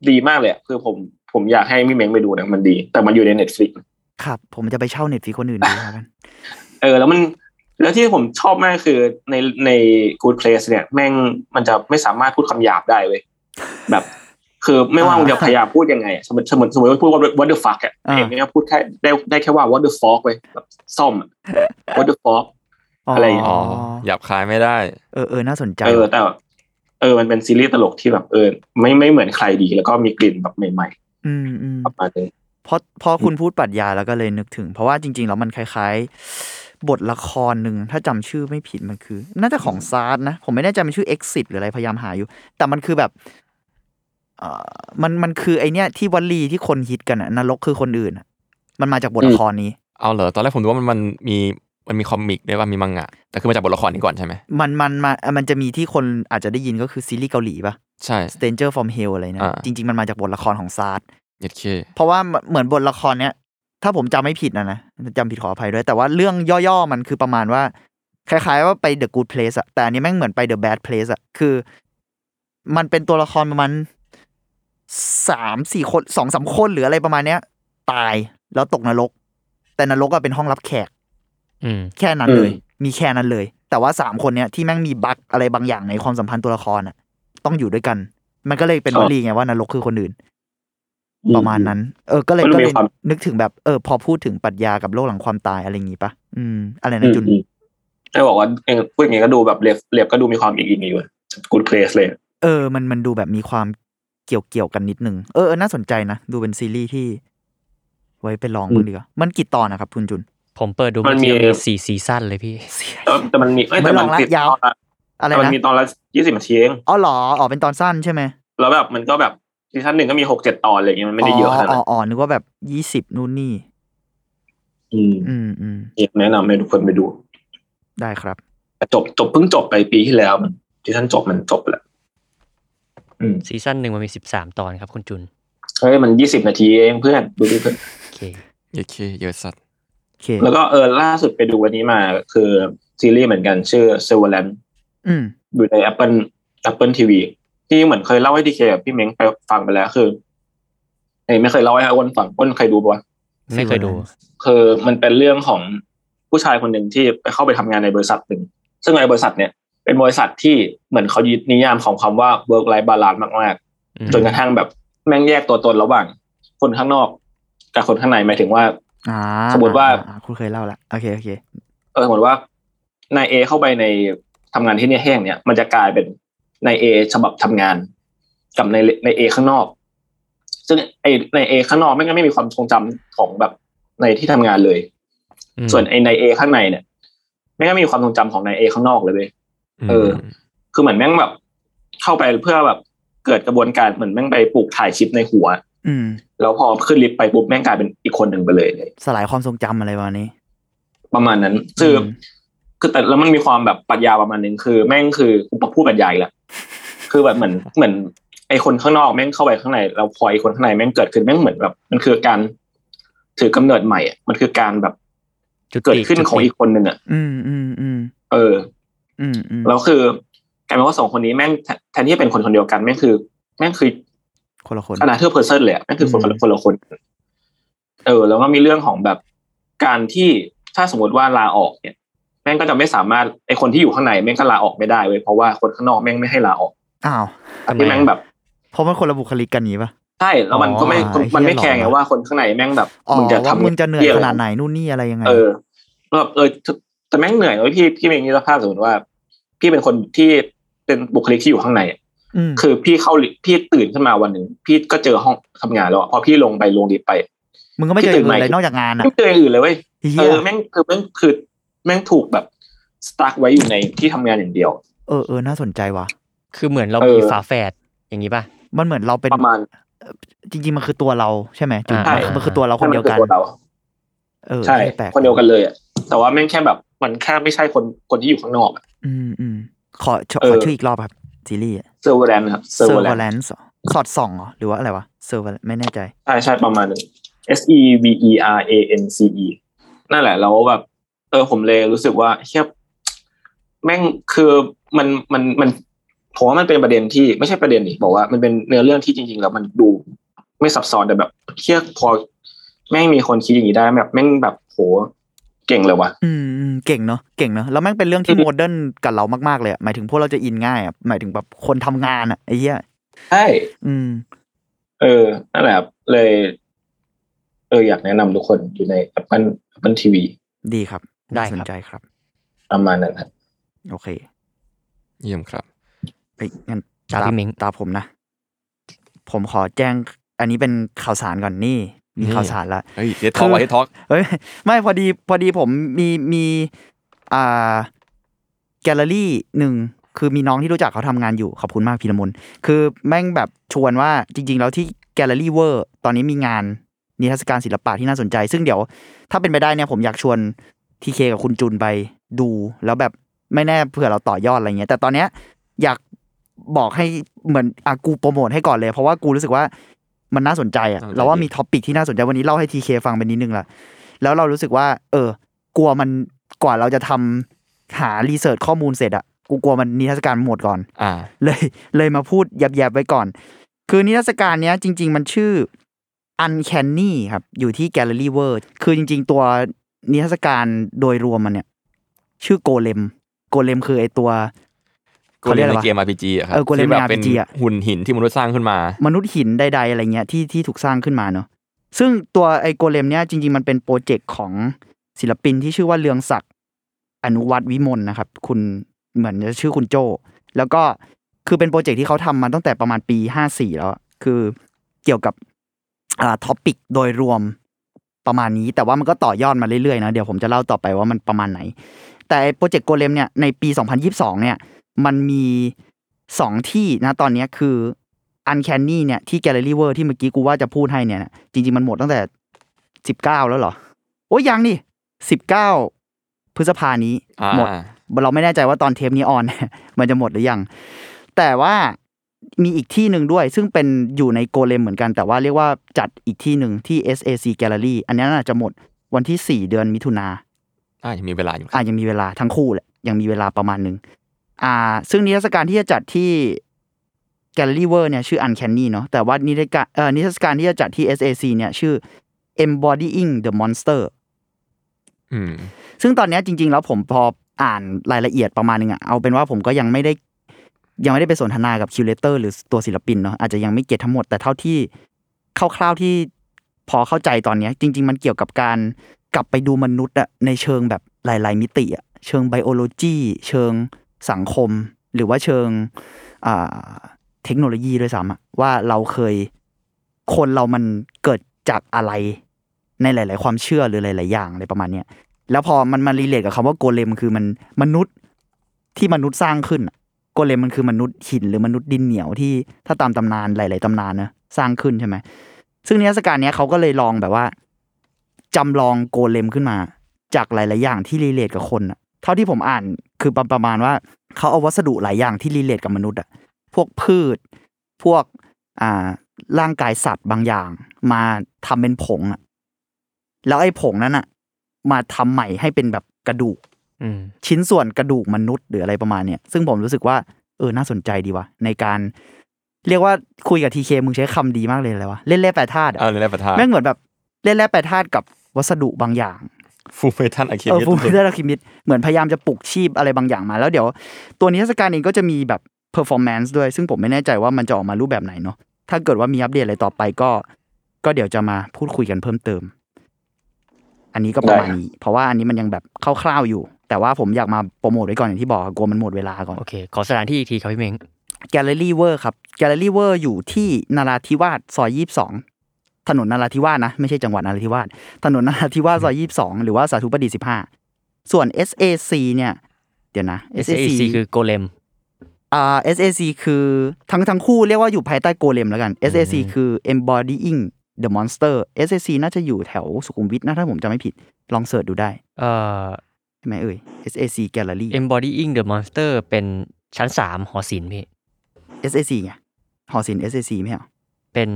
ดีมากเลยอะคือผมผมอยากให้มิเม้งไปดูนะมันดี แต่มันอยู่ในเน็ตฟลิก
ครับ ผมจะไปเช่าเน็ตฟีคนอื่นดูแล้วกัน
เออแล้วมันแล้วที่ผมชอบมากคือในใน Good Place เนี่ยแม่งมันจะไม่สามารถพูดคำหยาบได้เว้ยแบบ คือไม่ว่า
อ่ามึ
มึงจะพยายามพูดยังไงอะสมมติสมมติสมมติว่าพูดว่า what the fuck อ่ะ
อ่า
เอ็มเนี่ยพูดแค่ได้ได้แค่ว่า what the fuck เว้ยแบบซ่อมอะ what the fuck อะไรอย่างเงี้ย
อ๋อหยาบคายไม่ได้
เออเออน่าสนใจ
เออแต่แบบเออมันเป็นซีรีส์ตลกที่แบบเออไม่ไม่เหมือนใครดี แล้วก็มีกลิ่นแบบใหม่
อืมอืม
ๆประมาณนึง
พอพอคุณพูดปรัชญาแล้วก็เลยนึกถึง เพราะว่าจริง ๆ แล้วมันคล้าย ๆ บทละครหนึ่งถ้าจำชื่อไม่ผิดมันคือ น่าจะของซาร์นะ ผมไม่แน่ใจมันชื่อ Exit หรืออะไรพยายามหาอยู่ แต่มันคือแบบเอ่อมันมันคือไอเนี้ยที่วลีที่คนฮิตกันอะนรกคือคนอื่นอะมันมาจากบทละครนี้
เอาเหรอ ตอนแรกผมดูว่ามันมันมีมันมีคอมิกด้วยว่ามีมังงะ แต่คือมาจากบทละครนี้ก่อนใช่ไหม
มันมันมามันจะมีที่คนอาจจะได้ยินก็คือซีรีส์เกาหลีปะ
ใช่
Stranger from Hell อะไรนะ
อ่า
จริง ๆ มันมาจากบทละครของซาร์
เย็ดเค
เพราะว่าเหมือนบทละครเนี้ยถ้าผมจำไม่ผิดนะนะจำผิดขออภัยด้วย แต่ว่าเรื่องย่อๆมันคือประมาณว่า คล้ายๆว่าไป The Good Place อะแต่อันนี้แม่งเหมือนไป The Bad Place อะคือ มันเป็นตัวละครประมาณสามสี่คนสองสามคนหรืออะไรประมาณเนี้ย ตายแล้วตกนรก แต่นรกอะเป็นห้องรับแขก
อืม
แค่นั้นเลย
อืม
มีแค่นั้นเลย แต่ว่าสามคนเนี้ยที่แม่งมีบั๊กอะไรบางอย่างในความสัมพันธ์ตัวละครอะต้องอยู่ด้วยกัน มันก็เลยเป็นวลีไงว่านรกคือคนอื่น ประมาณนั้น เออ ก็เลย
มัน
ก็
มี
เลย
ความ
นึกถึงแบบ เออ พอพูดถึงปรัชญากับโลกหลังความตายอะไรอย่างงี้ปะอืม อะไร
อื
นะ
ม
จุน
อืมได้บอกว่าเองพูดอย่างงี้ก็ดูแบบเล็บเล็บก็ดูมีความอีกอีกอยู่กูดเพลสเลย
เออ มัน มันดูแบบมีความเกี่ยวเกี่ยวกันนิดนึง เออเออน่าสนใจนะ ดูเป็นซีรีส์ที่ ไว้ไปลองมึงดีกว่า มันกี่ตอนนะครับคุณจุน
ผมเปิดดูมันมีสี่ซีซั่นเลยพี่
แต่ว่าแต่มันมีเอ้ยแต่
ไม่ล
มั
อน งละ
ติด
ยาว
ตอนละ
อะไร
แต่มัน
นะ
มีตอนละยี่สิบนาทีเอง
อ๋อเหรอ อ๋อ เป็นตอนสั้นใช่ไหม
แล้วแบบมันก็แบบซีซั่นหนึ่งก็มีหกเจ็ดตอนอะไรอย่างเงี้ยมันไม่ได้เยอะขนาด
อ๋อ
นั้น
อ๋อ นึกว่าแบบยี่สิบนู่นนี่
อืม
อืมอืม
แนะนำให้ทุกคนไปดู
ได้ครับ
แต่จบจบเพิ่งจบไปปีที่แล้วมันซีซั่นจบมันจบไปแล้วอืม
ซีซั่นหนึ่งมันมีสิบสามตอนครับคุณจุน
เฮ้ยมันยี่สิบนาทีเองเพื่อนดูดิเพื่อน
โอเค
เย็ดเคเยอะสัตว์
โอเค
แล้วก็เออล่าสุดไปดูวันนี้มาคือซีรีส์เหมือนกันชื่อ s e v e r a n c e
อืม
อยู่ใน Apple Apple TV ที่เหมือนเคยเล่าให้ดีเคกับพี่เม้งไปฟังไปแล้วคือเอ้ยไม่เคยเล่าให้อ้วนฟังอ้วนเคยดูปะวะ
ไม่เคยดู
คือมันเป็นเรื่องของผู้ชายคนหนึ่งที่ไปเข้าไปทำงานในบริษัทหนึ่งซึ่งในบริษัทเนี่ย เป็นบริษัทที่เหมือนเขายึดนิยามของคำว่า work life balance มากๆ
อืม
จนกระทั่งแบบแม่งแยกตัวตนระหว่าง คนข้างนอก กับคนข้างในหมายถึงว่า
อ่า
สมมุติว่า
อ่อ่อ่คุณเคยเล่าละ โอเค โอเค
เออสมมติว่านายเอเข้าไปในทำงานที่เนี่ยแห้งเนี่ย มันจะกลายเป็นนายเอฉบับทำงาน กับในในเอข้างนอก ซึ่งไอในเอข้างนอกไม่งั้นไม่มีความทรงจำของแบบในที่ทำงานเลย
อืม
ส่วนไอในเอข้างในเนี่ยไม่งั้นไม่มีความทรงจำของนายเอข้างนอกเลยเว้ย เออ
ม
คือเหมือนแม่งแบบเข้าไปเพื่อแบบเกิดกระบวนการเหมือนแม่งไปปลูกถ่ายชิปในหัว
อืม
แล้วพอขึ้นลิฟต์ไปปุ๊บแม่งกลายเป็นอีกคนหนึ่งไปเลยเลย
สลายความทรงจำอะไรประมาณนี้
ประมาณนั้น คืออ
ม
คือแต่แล้วมันมีความแบบปรัชญาประมาณนึงคือแม่งคือกูพูดปรัชญาอีกแล้วคือแบบเหมือนเหมือน ไอคนข้างนอกแม่งเข้าไปข้างในแล้วพอไอคนข้างในแม่งเกิดขึ้นแม่งเหมือนแบบ มันคือการ ถือกำเนิดใหม่อะมันคือการแบบ
จุด
เกิด
ติ
ขึ้น
จุด
ของ
ติ
อีกคนหนึ่งอ่ะ
อืมอืมอืม
เออ
อืมอืม
แล้วคือกลายเป็นว่าสองคนนี้แม่งแทแทนที่จะเป็นคนคนเดียวกันแม่งคือ แม่งคือ
คนละคน
อนาเธอร์เพอร์เซนเลยอะแม่งคือคนคนละคนละคน เออ แล้วก็มีเรื่องของแบบการที่ถ้าสมมติว่าลาออกเนี่ย แม่งก็จะไม่สามารถไอคนที่อยู่ข้างในแม่งก็ลาออกไม่ได้เว้ยเพราะว่าคนข้างนอกแม่งไม่ให้ลาออก
อ้าว
อันนี้แม่งแบบ
เพราะมันคนละบุคลิกกันนี้ปะ
ใช่แล้วมันก็ไม่
อ๋อ
มันไม่
ไอ้เหี้ย
แคร์ไง
หรอ
ว่าคนข้างในแม่งแบบ
อ๋อ
มึงจะ
ว่า
ทำ
มึงจะเหนื่อย
หี้
ขนาดไหนนู่นนี่อะไรยังไง
เออแล้วแบบเออแต่แต่แม่งเหนื่อยเว้ยพี่พี่เมงนี่สภาพสมมติว่า พี่เป็นคนที่เป็นบุคลิกที่อยู่ข้างในอะ
ม
คือพี่เข้าลิพี่ตื่นขึ้นมาวันหนึ่งพี่ก็เจอห้องทำงานแล้วอะพอพี่ลงไปลงดีไป
มึงก็ไม่เจออย่างอื่นอะไรนอกจากงานอ่ะ
ไม่เจออย่างอื่นเลยเว้ยเอ
เฮีย
อแม่งคือแม่งคือแม่งถูกแบบสตั๊กไว้อยู่ในที่ทำงานอย่างเดียว
เออเออน่าสนใจว่ะ
คือเหมือนเรา
เออ
มีฝาแฝดอย่างนี้ป่ะ
มันเหมือนเราเป็น
ประมาณ
จริงๆมันคือตัวเราใช่ไหมจุด
ใช่
มันคือตัวเราคนเดียวกัน
ให้มัป็ตัวเรา
เออ
ใช่
เหี้แปลก
คนเดียวกันเลยอะแต่ว่าแม่งแค่แบบมันแค่ไม่ใช่คนคนที่อยู่ข้างนอกอะ
อืมอืมขอขอ
เออ
ชื่ออีกรอบครับซีรีส์
เซอร์เวอร์แลนด์ครับเซ
เซ
อ
อ
ร์
ร์
เวอ
เว
ร์แล
อน ร์
ด์
แลนซ์สอดส่องเหรอหรือว่าอะไรวะเซอร์เวอร์ไม่แน่ใจ
ใช่ใช่ประมาณนึง S E V E R A N C E นั่นแหละแล้วแบบ เออผมเลยรู้สึกว่าเฮียแม่งคือมันมันมันผมว่ามันเป็นประเด็นที่ไม่ใช่ประเด็นนี่บอกว่ามันเป็นเนื้อเรื่องที่จริง ๆ แล้วมันดู ไม่ซับซ้อนแต่แบบเฮียพอแม่งมีคนคิดอย่างนี้ได้แบบแม่งแบบโหเก่งเลยว่ะ
อืมอืมเก่งเนาะเก่งเนาะแล้วแม่งเป็นเรื่องที่
อืม
โมเดิร์นกับเรามากๆเลยอะหมายถึงพวกเราจะอินง่ายอะหมายถึงแบบคนทำงานอะไอ้เหี้ย
ใช่
อืม
เออนั่นแหละครับเลย เอออยากแนะนำทุกคนอยู่ใน Apple Apple TV
ดีครับ
ได้
น่า
ครับ
สนใจครับ
ประมาณนั้นครับ
โอเค
เยี่ยมครับ
เฮ้ยงั้น
ตาพี่มิ้ง
ตาผมนะ ผมขอแจ้ง อันนี้เป็นข่าวสารก่อนนี่มี
นี่
ข่าวสารละ
เฮ้ยเท็ดท็อก
คือ
ไว้เท็ดท็อก
เฮ้ย ไม่พอดีพอดีผมมีมีอ่าแกลเลอรี่หนึ่งคือมีน้องที่รู้จักเขาทำงานอยู่ ขอบคุณมากพีระมนคือแม่งแบบชวนว่าจริง ๆ แล้วที่แกลเลอรี่เวอร์ตอนนี้มีงานนิทรรศการศิลปะที่น่าสนใจ ซึ่งเดี๋ยวถ้าเป็นไปได้เนี่ยผมอยากชวนทีเคกับคุณจุนไปดู แล้วแบบไม่แน่เผื่อเราต่อยอดอะไรเงี้ยแต่ตอนเนี้ยอยากบอกให้เหมือนอากูโปรโมทให้ก่อนเลย เพราะว่ากูรู้สึกว่ามันน่าสนใจอะเราว่ามีท็อปปิกที่น่าสนใจวันนี้เล่าให้ทีเคฟังไปนิดนึงละ แล้วเรารู้สึกว่า เออ กลัวมันกว่าเราจะทำหารีเสิร์ชข้อมูลเสร็จอะกูกลัวมันนิทรรศการหมดก่อน
อ่า
เลยเลยมาพูดแยบๆไว้ก่อน คือนิทรรศการเนี้ย จริง ๆ มันชื่อ Uncanny ครับ อยู่ที่ Gallery World คือจริง ๆ ตัวนิทรรศการโดยรวมมันเนี่ย ชื่อโกเลมโกเลมคือไอตัว
ก็เล่นใน
ขาอะไรวะ
เกม RPG อะครั
เออ Golem
ที่แบบ
ใน RPG
เป็น
อะ
หุ่นหินที่มนุษย์สร้างขึ้นมา
มนุษย์หินใดๆอะไรเงี้ยที่ที่ถูกสร้างขึ้นมาเนอะซึ่งตัวไอโกเลมเนี่ยจริง ๆ มันเป็นโปรเจกต์ของศิลปินที่ชื่อว่าเลืองศักดิ์อนุวัตวิมลนะครับ คุณเหมือนจะชื่อคุณโจ แล้วก็คือเป็นโปรเจกต์ที่เขาทำมาตั้งแต่ประมาณปี 54 แล้วอะคือเกี่ยวกับอ่าท็อปิกโดยรวมประมาณนี้ แต่ว่ามันก็ต่อยอดมาเรื่อยๆนะ เดี๋ยวผมจะเล่าต่อไปว่ามันประมาณไหน แต่ไอ้โปรเจกต์โกเลมเนี่ยในปี 2022 เนี่ย มันมีสองที่นะตอนเนี้ยคืออันแคนนี่เนี่ยที่แกลเลอรี่เวอร์ที่เมื่อกี้กูว่าจะพูดให้เนี่ยนะจริง ๆ มันหมดตั้งแต่ 19 แล้วเหรอ โอ้ยยังนี่ 19 พฤษภานี้
อ่า
หมด เราไม่แน่ใจว่าตอนเทปนี้อ อน มันจะหมดหรือยัง แต่ว่ามีอีกที่หนึ่งด้วย ซึ่งเป็นอยู่ในโกเลมเหมือนกัน แต่ว่าเรียกว่าจัดอีกที่หนึ่งที่ SAC Gallery อันนี้น่าจะหมดวันที่ 4 เดือนมิถุนา
อ่ายังมีเวลาอยู่ครับ
อ่ะยังมีเวลาทั้งคู่แหละยังมีเวลาประมาณหนึ่งอ่า ซึ่งนิทรรศการที่จะจัดที่แกลเลอรี่เวอร์เนี่ยชื่ออันแคนนี่เนาะแต่ว่านิทรรศการเอ่อนิทรรศการที่จะจัดที่ SAC เนี่ยชื่อ embodying the monster
อืม
ซึ่งตอนเนี้ยจริง ๆ แล้วผมพออ่านรายละเอียดประมาณนึงอะเอาเป็นว่าผมก็ยังไม่ได้ยังไม่ได้ไปสนทนากับคิวเลเตอร์หรือตัวศิลปินเนาะอาจจะยังไม่เก็ตทั้งหมดแต่เท่าที่คร่าวๆที่พอเข้าใจตอนเนี้ยจริง ๆ มันเกี่ยวกับการกลับไปดูมนุษย์อะในเชิงแบบหลาย ๆ มิติอะเชิงไบโอโลจีเชิงสังคม หรือว่าเชิงอ่าเทคโนโลยีด้วยซ้ำอะว่าเราเคยคนเรามันเกิดจากอะไรในหลาย ๆ ความเชื่อหรือหลาย ๆ อย่างอะไรประมาณเนี้ย แล้วพอมันมารีเลทกับคำว่าโกเลมคือมันมนุษย์ที่มนุษย์สร้างขึ้นอะโกเลมมันคือมนุษย์หินหรือมนุษย์ดินเหนียวที่ถ้าตามตำนานหลาย ๆตำนานนะสร้างขึ้นใช่ไหมซึ่งนิทรรศการเนี้ยเขาก็เลยลองแบบว่าจำลองโกเลมขึ้นมา จากหลาย ๆ อย่างที่รีเลทกับคนอะเท่าที่ผมอ่านคือประประมาณว่าเขาเอาวัสดุหลายอย่างที่รีเลทกับมนุษย์อะพวกพืช พวกอ่าร่างกายสัตว์บางอย่าง มาทำเป็นผงอะ แล้วไอ้ผงนั้นอะมาทำใหม่ให้เป็นแบบกระดูก
อืม
ชิ้นส่วนกระดูกมนุษย์หรืออะไรประมาณเนี่ยซึ่งผมรู้สึกว่าเออน่าสนใจดีวะในการ เรียกว่าคุยกับทีเคมึงใช้คำดีมากเลยอะไรวะเล่นแร่แปรธาตุอะ
เออเลยแหละประธาน
แม่งเหมือนแบบเล่นแร่แปรธาตุกับวัสดุบางอย่าง
ฟูเมทันอะคิ
เออ
มิ
ฟูมิเดอร์คิมิดเหมือนพยายามจะปลุกชีพอะไรบางอย่างมา แล้วเดี๋ยว ตัวนิทรรศการเองก็จะมีแบบเพอร์ฟอร์แมนซ์ด้วย ซึ่งผมไม่แน่ใจว่ามันจะออกมารูปแบบไหนเนาะถ้าเกิดว่ามีอัปเดตอะไรต่อไปก็ ก็เดี๋ยวจะมาพูดคุยกันเพิ่มเติม อันนี้ก็ประมาณ
ได้ครับ
นี้ เพราะว่าอันนี้มันยังแบบคร่าวๆอยู่ แต่ว่าผมอยากมาโปรโมทไว้ก่อนอย่างที่บอกกลัวมันหมดเวลาก่อน
โอเค ขอสถานที่อีกทีครับพี่เม้ง
แกลเลอรี่เวอร์ครับ แกลเลอรี่เวอร์อยู่ที่นราธิวาสซอยยี่สองถนนนราธิวาสนะ ไม่ใช่จังหวัดนราธิวาสถนนนราธิวาสซอยยี่สองหรือว่าสาธุประดิษฐ์สิบห้าส่วน SAC เนี่ย เดี๋ยวนะ SAC
คือโกเลม
อ่า SAC คือทั้งทั้งคู่เรียกว่าอยู่ภายใต้โกเลมแล้วกัน SAC
อืม
คือ embodying the monster SAC น่าจะอยู่แถวสุขุมวิทนะถ้าผมจำไม่ผิดลองเสิร์ชดูได้
เอ่อ
ใช่ไหมเอ่ย SAC Gallery
embodying the monster เป็นชั้นสามหอศิลป์พี่
SAC ไงหอศิลป์ SAC ไม่ใช่เหรอ
เป็น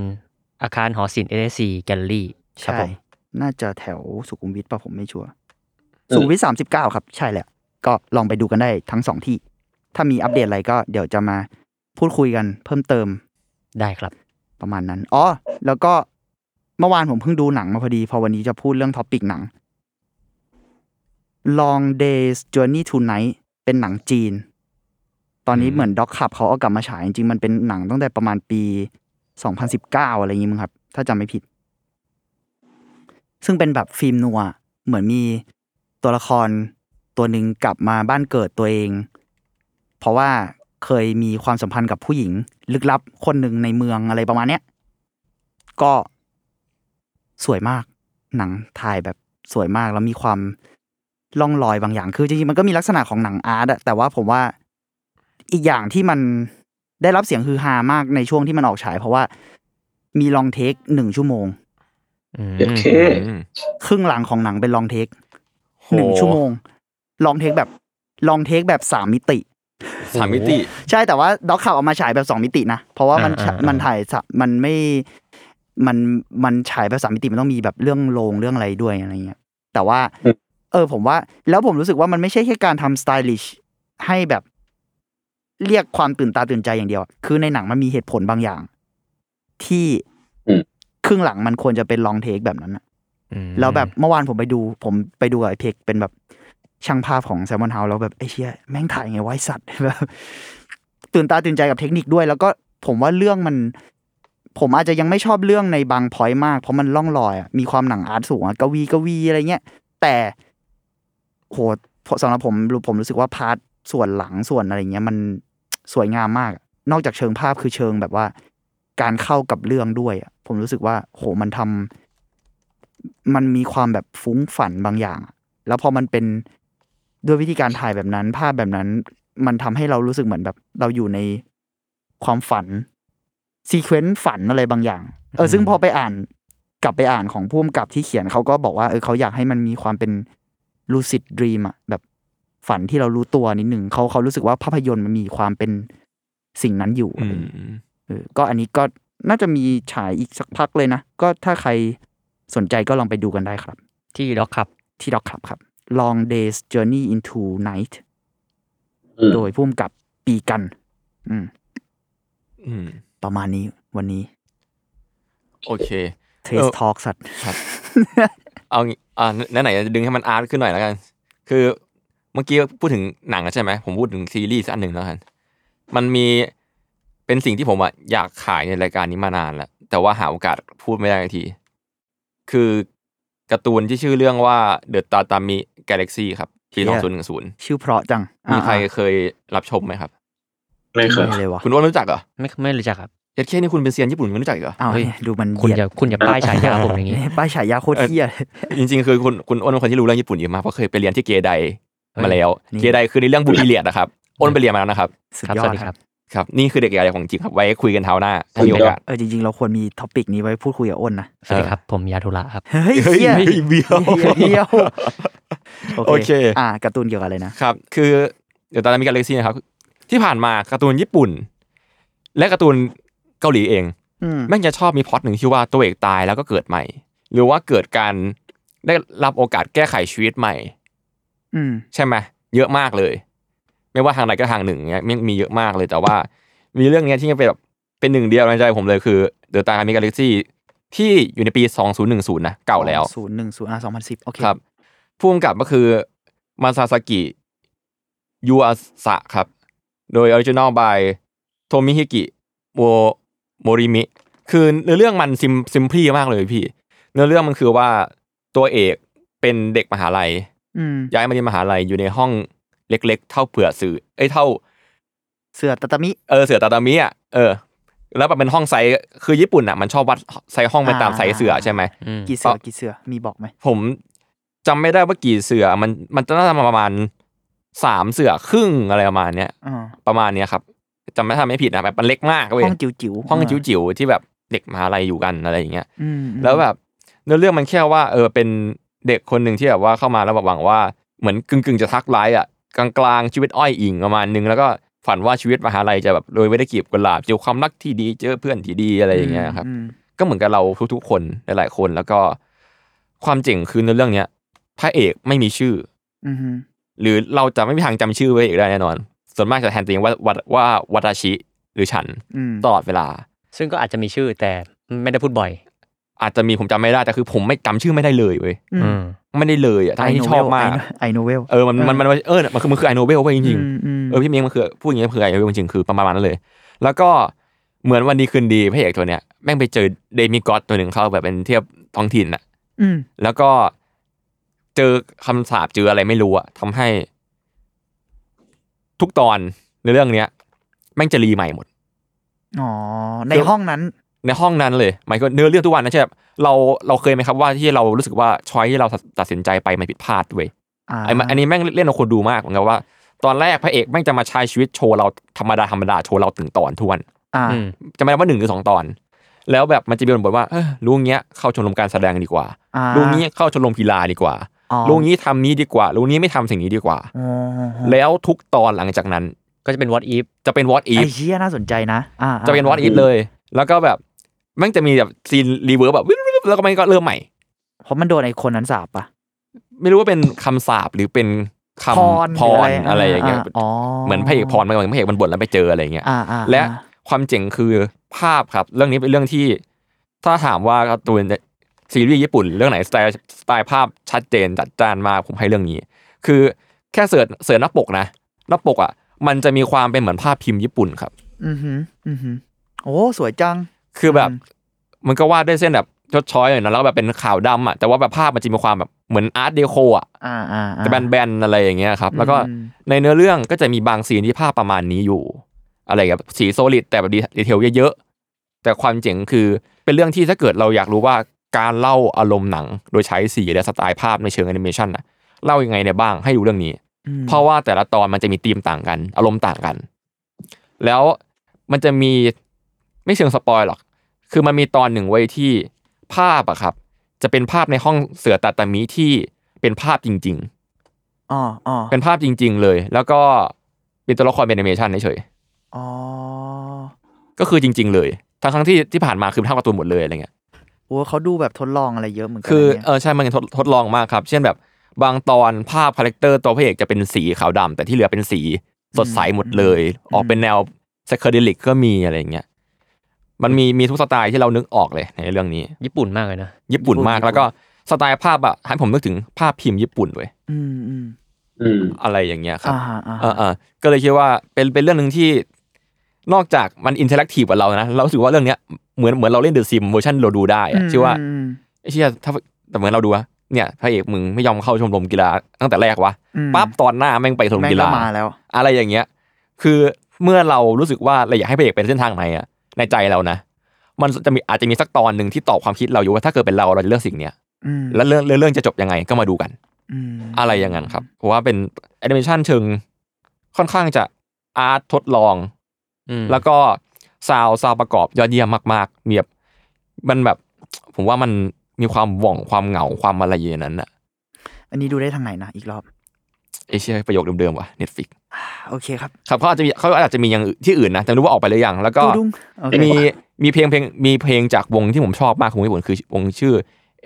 อาคารหอศิลป์ NSC Gallery ครับ
ใช่
ผม
น่าจะแถวสุขุมวิทป่ะผมไม่ชัวร์ สุขุมวิทสามสิบเก้าครับ ใช่แหละ ก็ลองไปดูกันได้ทั้งสองที่ ถ้ามีอัปเดตอะไรก็เดี๋ยวจะมาพูดคุยกันเพิ่มเติม
ได้ครับ
ประมาณนั้น อ๋อ แล้วก็เมื่อวานผมเพิ่งดูหนังมาพอดี พอวันนี้จะพูดเรื่องท็อปิกหนัง Long Days Journey to Night เป็นหนังจีน ตอนนี้
อืม
เหมือนด็อกขับเขาเอากลับมาฉายจริงๆมันเป็นหนังตั้งแต่ประมาณปี 2019 อะไรอย่างงี้มั้งครับ ถ้าจำไม่ผิด ซึ่งเป็นแบบฟิล์มนัว เหมือนมีตัวละครตัวหนึ่งกลับมาบ้านเกิดตัวเอง เพราะว่าเคยมีความสัมพันธ์กับผู้หญิง ลึกลับคนหนึ่งในเมืองอะไรประมาณเนี้ย ก็สวยมาก หนังถ่ายแบบสวยมากแล้วมีความล่องลอยบางอย่าง คือจริงๆมันก็มีลักษณะของหนังอาร์ตอะแต่ว่าผมว่าอีกอย่างที่มันได้รับเสียงฮือฮามากในช่วงที่มันออกฉาย เพราะว่ามีลองเทคหนึ่งชั่วโมง
อืม
โอเค
ครึ่งหลังของหนังเป็นลองเทค
โห
หนึ่งชั่วโมงลองเทคแบบลองเทคแบบสามมิติ
สามมิติ
ใช่แต่ว่าด็อกขับเอามาฉายแบบสองมิตินะ เพราะว่ามัน
อ่าอ่าอ่ามั
มันถ่ายสะมันไม่มันมันฉายแบบสามมิติมันต้องมีแบบเรื่องโรงเรื่องอะไรด้วยอะไรเงี้ยแต่ว่า
อืม
เออ ผมว่า แล้วผมรู้สึกว่ามันไม่ใช่แค่การทำสไตลิชให้แบบเรียกความตื่นตาตื่นใจอย่างเดียวอะคือในหนังมันมีเหตุผลบางอย่าง ที่
อืม
ครึ่งหลังมันควรจะเป็นลองเทคแบบนั้นอะ
อืม
แล้วแบบเมื่อวานผมไปดู ผมไปดูกับไอเทคเป็นแบบช่างภาพของแซมมอนเฮาแล้วแบบไอ้เชี่ยแม่งถ่ายไงไวะไอ้สัตว์ แบบตื่นตาตื่นใจกับเทคนิคด้วย แล้วก็ผมว่าเรื่องมัน ผมอาจจะยังไม่ชอบเรื่องในบางพอยต์มาก เพราะมันล่องลอยอะมีความหนังอาร์ตสูงอะกวีกวีอะไรเงี้ยแต่โหสำหรับผมผมรู้สึกว่าพาร์ทส่วนหลังส่วนอะไรเงี้ยมันสวยงามมาก นอกจากเชิงภาพคือเชิงแบบว่า การเข้ากับเรื่องด้วยอะผมรู้สึกว่า โหมันทำ มันมีความแบบฟุ้งฝันบางอย่างอะแล้วพอมันเป็นด้วยวิธีการถ่ายแบบนั้น ภาพแบบนั้น มันทำให้เรารู้สึกเหมือนแบบ เราอยู่ในความฝัน ซีเควนต์ฝันอะไรบางอย่าง เออ ซึ่งพอไปอ่านกลับไปอ่านของผู้กำกับที่เขียนเขาก็บอกว่า เออเขาอยากให้มันมีความเป็นลูซิดดรีมอะแบบฝันที่เรารู้ตัวนิดหนึ่งเขาเขารู้สึกว่าภาพยนตร์มันมีความเป็นสิ่งนั้นอยู่
อืม
เออก็อันนี้ก็น่าจะมีฉายอีกสักพักเลยนะ ก็ถ้าใครสนใจก็ลองไปดูกันได้ครับ
ที่ด็อกครับ
ที่ด็อกขับครับ Long Days Journey into Night
อืม
โดยพุ่มกับปีกัน อืม
อืม
ประมาณนี้วันนี้
โอเค เออ
Taste Talk สัตว์
เอางี้อ่าไหนๆจะดึงให้มันอาร์ตขึ้นหน่อยแล้วกัน คือเมื่อกี้พูดถึงหนังอะใช่ไหม ผมพูดถึงซีรีส์อันหนึ่งแล้วกัน มันมีเป็นสิ่งที่ผมอะอยากขายในรายการนี้มานานแล้ว แต่ว่าหาโอกาสพูดไม่ได้สักที คือการ์ตูนที่ชื่อเรื่องว่า The t a t a m i Galaxy ครับปี
เชี่ย
2010
ชื่อเพราะจัง
มีใคร
อ่า
เคยรับชมไหมครับ
ไม่
ๆ
เคย
ไม่เลยวะ
คุณอ้วนรู้จักเหรอ
ไม่ไม่รู้จักครับ
เอ็ดเคนี่คุณเป็นเซียนญี่ปุ่นคุณไม่รู้จักอีกเหรอ
เอา
เฮ้ย
เนี่ยดูมัน
คุณ
เห
อ
ยีย
ย่า
ด
คุณอย่าป้ายฉายาผมอย่างนี้
เนี่ยป้ายฉายาโคตรเที่ย
จริงๆ คือคุณคุณอ้นเป็นคนที่รู้เรื่องญี่ปุ่นเยอะมากเพราะเคยไปเรียนที่เกได
เฮ้ย
มาแล้ว
นี่
เกไดคือในเรื่องบูติเลียดนะครับอ้นไปเรียนมาแล้วนะครับ
สุด
ครับ
ยอ
สวั
ด
สดี
ค
ค
รั
รั
บบ
ครับนี่คือเด็กเกไดของจริงครับไว้คุยกันเท้าหน้าถ้ามีโอกาส
เออจริงๆ เราควรมีท็อปิกนี้ไว้พูดคุยกับอ้นนะ
สวัสดีครับ ผมยาธุระครับ
เฮ้ย
เฮ้ย
เที่ย
เบี้ยว
เที่ยว
โอเค
อ่าการ์ตูนเกี่ยวกับอะไรนะ
ครับ คือเดี๋ยวตอนนี้มีการเล็กซี่นะครับ ที่ผ่านมาการ์ตูนญี่ปุ่น และการ์ตูนเกาหลีเอง
อืม
แม่งจะชอบมีพล็อตหนึ่งที่ว่าตัวเอกตายแล้วก็เกิดใหม่ หรือว่าเกิดการ ได้รับโอกาสแก้ไขชีวิตใหม่
อืม
ใช่ไหมเยอะมากเลย ไม่ว่าทางใดก็ทางหนึ่งเนี้ยมันมีเยอะมากเลยแต่ว่า มีเรื่องเนี้ยที่ยังเป็นแบบเป็นหนึ่งเดียวในใจผมเลยคือเดอะตาคามิกาแล็กซี่ที่อยู่ในปี 2010 นะ เก่าแล้ว
ศูนย์หนึ่งศูนย์อ่ะสองพันสิบโอเค
ครับผู้กำกับก็คือมาซาสกิยูอาสะครับ โดยออริจินอลบายโทมิฮิกิโวโมริมิ คือเนื้อเรื่องมันซิมซิมพลีมากเลยพี่ เนื้อเรื่องมันคือว่าตัวเอกเป็นเด็กมหาลัย
อืม
ย้ายมาเรียนมหาลัยอยู่ในห้องเล็กๆ เท่าเผื่อสื่อเอ้ยเท่า
เสือตะตะมิ
เออเสือตาตามิอ่ะเออ แล้วแบบเป็นห้องไซส์คือญี่ปุ่นอ่ะมันชอบวัดไซส์ห้องไปตามไซส์เสือใช่ไหม
อืม
กี่เสือ
ก็
กี่เสือมีบอกไหม
ผมจำไม่ได้ว่ากี่เสือมันมันจะน่าจะประมาณสามเสือครึ่งอะไรประมาณเนี้ย
อ่า
ประมาณเนี้ยครับจำไม่ทำไม่ผิดนะแบบมันเล็กมากเว้ย
ห้องจิ๋วจิ๋ว
ห้องจิ๋วๆที่แบบเด็กมหาลัยอยู่กันอะไรอย่างเงี้ย
อืม
แล้วแบบเนื้อเรื่องมันแค่ว่าเออเป็นเด็กคนหนึ่งที่แบบว่าเข้ามาแล้วแบบหวังว่าเหมือนกึ่งกึ่งๆจะทักไลฟ์อ่ะกลางกลางๆชีวิตอ้อยอิงประมาณนึงแล้วก็ฝันว่าชีวิตมหาลัยจะแบบโรยไว้ได้วยกลีบกุหลาบเจอความรักที่ดีเจอเพื่อนที่ดีอะไรอย่างเงี้ยครับ
อืม
ก็เหมือนกับเราทุกๆคนหลายๆคนแล้วก็ความเจ๋งคือในเรื่องเนี้ยพระเอกไม่มีชื่อ
อืมอืม
หรือเราจะไม่มีทางจำชื่อไว้เอกได้แน่นอน ส่วนมากจะแทนตัวเองว่าว่าว่าวัตาชิหรือฉัน
อืม
ตลอดเวลา
ซึ่งก็อาจจะมีชื่อแต่ไม่ได้พูดบ่อย
อาจจะมีผมจำไม่ได้แต่คือผมไม่จำชื่อไม่ได้เลยเว้ย
อืม
ไม่ได้เลยอ่ะทั้ง
I
ที่
know
ชอบ
well
มาก
I know well
เออมันมันมันมันเออมันคือมันคือไอโนเบลเว้ยจริง
อืมอืม
ๆเออพี่เมงมันคือพูดอย่างนี้มันคือไอโนเบลจริงๆคือประมาณนั้นเลย แล้วก็เหมือนวันดีคืนดีพระเอกตัวเนี้ยแม่งไปเจอเดมิกอสตัวหนึ่งเข้าแบบเป็นเทียบท้องถิ่นอะ
อืม
แล้วก็เจอคำสาปเจออะไรไม่รู้อะทำให้ ทุกตอนในเรื่องเนี้ย แม่งจะรีใหม่หมด
อ๋อในห้องนั้น
ในห้องนั้นเลยหมายก็เนื้อเรื่องทุกวันนะใช่แบบเราเราเคยไหมครับว่าที่เรารู้สึกว่าช้อยที่เราตัดตัดสินใจไปมันผิดพลาดเว้ย
อ่า
ไอ้มันอันนี้แม่งเล่นเอาคนดูมากเหมือนกับว่า ตอนแรกพระเอกแม่งจะมาใช้ชีวิตโชว์เราธรรมดาธรรมดาโชว์เราถึงตอนทกวน
อ่า
อืม
จะไม่นับว่าหนึ่งหรือสองตอน แล้วแบบมันจะมีบทบอกว่าเออลุงเงี้ยเข้าชมรมการแสดงดีกว่า
อ่า
ลุงเงี้ยเข้าชมรมกีฬาดีกว่า
อ๋อ
ลุงนี้ทำนี้ดีกว่าลุงนี้ไม่ทำสิ่งนี้ดีกว่า
อ๋อ
แล้วทุกตอนหลังจากนั้น
ก็จะเป็น what if
จะเป็นวอตอีฟ
ไอ้เชี่ยน่าสนใจนะอ่า
จะเป็นวอตอีฟเลย แล้วก็แบบแม่งจะมีแบบซีนรีเวิร์บแบบวิววิวแล้วก็แม่งก็เริ่มใหม่
เพราะมันโดนไอ้คนนั้นสาบปะ
ไม่รู้ว่าเป็นคำสาบหรือเป็นคำพ
ห
รอะไรอย่างเงี้ย
อ๋อ
เหมือนพระเอกพรมันเหมือนพระเอกมันบ่นแล้วไปเจออะไรอย่างเงี้ย
อ่าอ่า
และ
อ่า
ความเจ๋งคือภาพครับ เรื่องนี้เป็นเรื่องที่ ถ้าถามว่าการ์ตูนซีรีส์ญี่ปุ่น เรื่องไหนสไตล์สไตล์ภาพชัดเจนจัดจ้านมากผมให้เรื่องนี้ คือแค่เสิร์ชเสิร์ชหน้าปกนะหน้าปกอ่ะมันจะมีความเป็นเหมือนภาพพิมพ์ญี่ปุ่นครับ
อือหืออือหือโอ้สวยจัง
คือแบบ
อืม
มันก็วาดด้วยเส้นแบบชดช้อยหน่อยนะแล้วก็แบบเป็นขาวดำอ่ะแต่ว่าแบบภาพมันจะมีความแบบเหมือนอาร์ตเดโคอ่ะ
อ่าอ่าอ่า
จะแบนๆอะไรอย่างเงี้ยครับ แล้วก็
อืม
ในเนื้อเรื่องก็จะมีบางซีนที่ภาพประมาณนี้อยู่ อะไรแบบสีโซลิดแต่แบบดีเทลเยอะๆแต่ความเจ๋งคือเป็นเรื่องที่ถ้าเกิดเราอยากรู้ว่าการเล่าอารมณ์หนัง โดยใช้สีและสไตล์ภาพในเชิงแอนิเมชันน่ะเล่ายังไงเนี่ยบ้างให้ดูเรื่องนี้
อืม
เพราะว่าแต่ละตอนมันจะมีธีมต่างกัน อารมณ์ต่างกัน แล้วมันจะมีไม่เชิงสปอยหรอก คือมันมีตอนหนึ่งไว้ยที่ภาพอะครับ จะเป็นภาพในห้องเสือตาตามิที่เป็นภาพจริง
อ๋ออ๋อ
ๆ เป็นภาพจริง ๆ เลย แล้วก็เป็นตัวละครเป็นแอนิเมชันเฉย
อ๋อ
ๆก็คือจริง ๆ เลยทั้งทั้งๆที่ที่ผ่านมาคือเป็นภาพการ์ตูนหมดเลยอะไรเงี้ย
โอ้เขาดูแบบทดลองอะไรเยอะเหมือนกั
คือ
นะเนี่ย
เออใช่มันทดทดลองมากครับ เช่นแบบบางตอนภาพคาแรคเตอร์ตัวพระเอกจะเป็นสีขาวดำแต่ที่เหลือเป็นสีสดใสหมดเลย ออกเป็นแนวสเคเดลิกก็มีอะไรอย่างเงี้ยมันมีมีทุกสไตล์ที่เรานึกออกเลยในเรื่องนี้
ญี่ปุ่นมากเลยนะ
ญี่ปุ่นมากแล้วก็สไตล์ภาพอะให้ผมนึกถึงภาพพิมพ์ญี่ปุ่นเว้ย
อืมอืม
อืม
อะไรอย่างเงี้ยครับ
อ่าฮะอ่า
เอ
ฮะ
อเออก็เลยคิดว่าเป็นเป็นเรื่องหนึ่งที่นอกจากมันอินเทอร์แอคทีฟกับเรานะเรารู้สึกว่าเรื่องเนี้ยเหมือนเหมือนเราเล่นเดอะซิมเวอร์ชันเราดูได้อะชื่อว่า
ม
ไอ้เชี่ยถ้าแต่เหมือนเราดูอะเนี่ยพระเอกมึงไม่ยอมเข้าชมรมกีฬาตั้งแต่แรกวะ
อืม
ปั๊บตอนหน้าแม่งไปชมรม
แม่ง
กี
ก็
ฬา
มาแล้ว
อะไรอย่างเงี้ย คือเมื่อเรารู้สึกว่าเราอยากให้พระเอกเป็นเส้นทางไหนอะในใจเรานะ มันจะมีอาจจะมีสักตอนหนึ่งที่ตอบความคิดเราอยู่ว่าถ้าเกิดเป็นเราเราจะเลือกสิ่งเนี้ย
อืม
แล้วเรื่องเรื่องจะจบยังไงก็มาดูกัน
อืม
อะไรอย่างนั้นครับเพราะว่าเป็นแอนิเมชันเชิงค่อนข้างจะอาร์ตทดลอง
อืม
แล้วก็ซาวซาวประกอบยอดเยี่ยมมากๆมีแบบมันแบบ ผมว่ามันมีความหว่องความเหงาความอะไรอย่างนั้นอะ
อันนี้ดูได้ทางไหนนะอีกรอบ
เอเชียประโยคเดิมๆว่ะ Netflix
อ่าโอเคครับ
ครับเขาอาจจะมีเขาอาจจะมีอย่างอื่นที่อื่นนะแต่ไม่รู้ว่าออกไปหรือยังแล้วก็
ดูดุ้งโอเค
มีมีเพลงเพลงมีเพลงจากวงที่ผมชอบมากของญี่ปุ่นคือวงชื่อ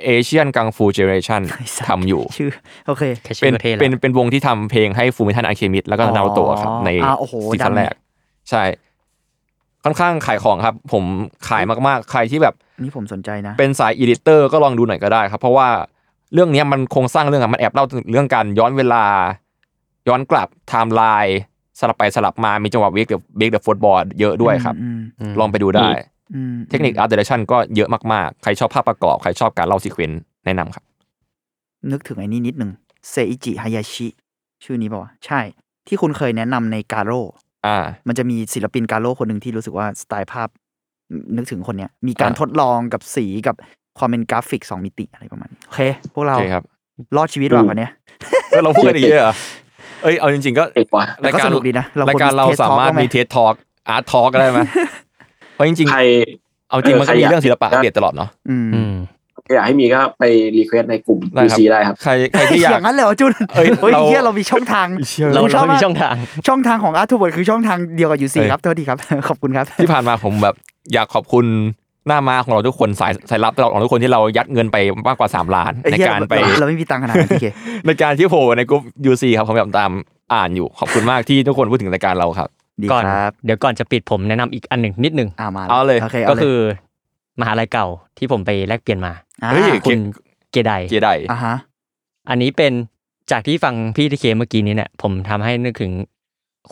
เอเชียนกังฟูเจเนเรชัน
ไอ้สัตว์
ทำอยู่
ชื่อ โอเค
แค่ชื่
เป็
อน ประเทศละ
เป็นเป็นวงที่ทำเพลงให้ฟูมิทันอาเคมิดแล้วก็
อ๋อ
นาโตะครับ ใน
อ่าโอ้โห
ซีซั่น
ดัง
แรก ใช่ ค่อนข้างขายของครับ ผมขายมากๆ ใครที่แบบ
นี่ผมสนใจนะ
เป็นสายอีดิเตอร์ก็ลองดูหน่อยก็ได้ครับ เพราะว่าเรื่องเนี้ยมันโครงสร้างเรื่องอะมันแอบเล่าถึงเรื่องการย้อนเวลา ย้อนกลับไทม์ไลน์สลับไปสลับมามีจังหวะเบรกเดอะเบรกเดอะฟุตบอลเยอะด้วยครับ
อืม
ม
ลองไปดูได้
อืม
เทคนิคอาร์ตเดเรชันก็เยอะมากๆ ใครชอบภาพประกอบ ใครชอบการเล่าซีเควนต์แนะนำครับ
นึกถึงไอ้นี่นิดหนึ่งเซอิจิฮายาชิ ชื่อนี้ป่าวะใช่ ที่คุณเคยแนะนำในกาโร่
อ่า
มันจะมีศิลปินกาโร่คนหนึ่งที่รู้สึกว่าสไตล์ภาพ นึกถึงคนเนี้ย มีการ
อ่า
ทดลองกับสีกับความเป็นกราฟิกสองมิติอะไรประมาณนี้โอเค พวก
โอ
เรา
เคครับ
รอดชีวิตว่ะวันเนี้ย
เออเราพูดกันอีกเยอะเหรอเอ้ย เอาจริงๆก็
เอกว่า
แต่ก็สนุกดีนะ
รายการเราสามารถมีเทสทอล์กอาร์ตทอล์กได้ไหมเพราะจริง
ใคร
ๆ เอาจริงมันก็มี
ใครอยาก
เรื่องศิลปะอัปเดตตลอดเนาะ
อืม
อืม
อยากให้มีก็ไปรีเควสในกลุ่ม
ได้ครั
PC ได้ครับ
ใครใครที่
อย
อาก
ย่างนั้นเลยเหรอจุน
เอ้ย
เฮ้ย
เรา
เฮียเรามีช่องทาง
เรา
ผมชอ
เรา
บมา
มี
ก
ช่องทาง
ช่องทางของอาร์ตทูบคือช่องทางเดียวกับยูซี
เอ้ย
ครับเท่าที่ครับ ขอบคุณครับ
ที่ผ่านมาผมแบบอยากขอบคุณหน้ามาของเราทุกคนสายสายลับเราของเราทุกคนที่เรายัดเงินไปมากกว่า 3 ล้าน
ไอ้
ใน
เหี้ย
การไป
เเราไม่มีตังค์ขนาดนั้นโอเค
ในการที่โผล่ในกลุ่มยูซีครับผมพยายามตามอ่านอยู่ขอบคุณมากที่ทุกคนพูดถึงรายการเราครับ
ดี
ก่อน
ครับ
เดี๋ยวก่อนจะปิดผมแนะนำอีกอันหนึ่งนิดหนึ่ง
อ่ามา
เอาเลย
โอเค
ก็
เอาเลย
คือมหาลัยเก่าที่ผมไปแลกเปลี่ยนมา
า
เฮ้ย
คุ
เก่
ณ
ง
เกได
เจได
อ่าฮะ
อันนี้เป็นจากที่ฟังพี่ทีเคเมื่อกี้นี้เนี่ยผมทำให้นึกถึง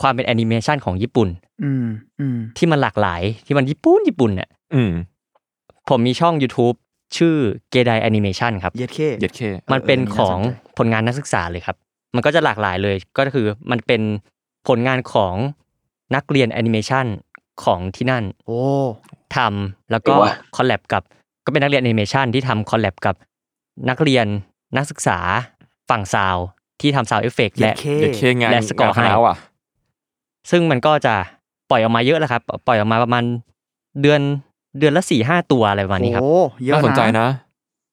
ความเป็นแอนิเมชันของญี่ปุ่น
อืมอืม
ที่มันหลากหลายที่มันญี่ปุ่นญี่ปุ่นเนี่ย
อืม
ผมมีช่อง YouTube ชื่อเกไดแอนิเมชันครับ
เย็ดเค
เย็ดเค
มันเป็นของ
น่าสนใจ
ผลงานนักศึกษาเลยครับ มันก็จะหลากหลายเลย ก็คือมันเป็นผลงานของนักเรียนแอนิเมชันของที่นั่น
โอ้
ทำแล้วก็
ว้า
คอลแลบกับ ก็เป็นนักเรียนแอนิเมชันที่ทำคอลแลบกับนักเรียนนักศึกษาฝั่งซาวด์ที่ทำซาวเอฟเฟก
เย็ด
และ
เค
เด็กเคงาน
และสกอร์
งานคณะ
ให้
ว่ะ
ซึ่งมันก็จะปล่อยออกมาเยอะแล้วครับ ปล่อยออกมาประมาณเดือนเดือนละสี่ห้าตัวอะไรประมาณนี้ครับ
โอ้เยอะ
น่าสนใจนะ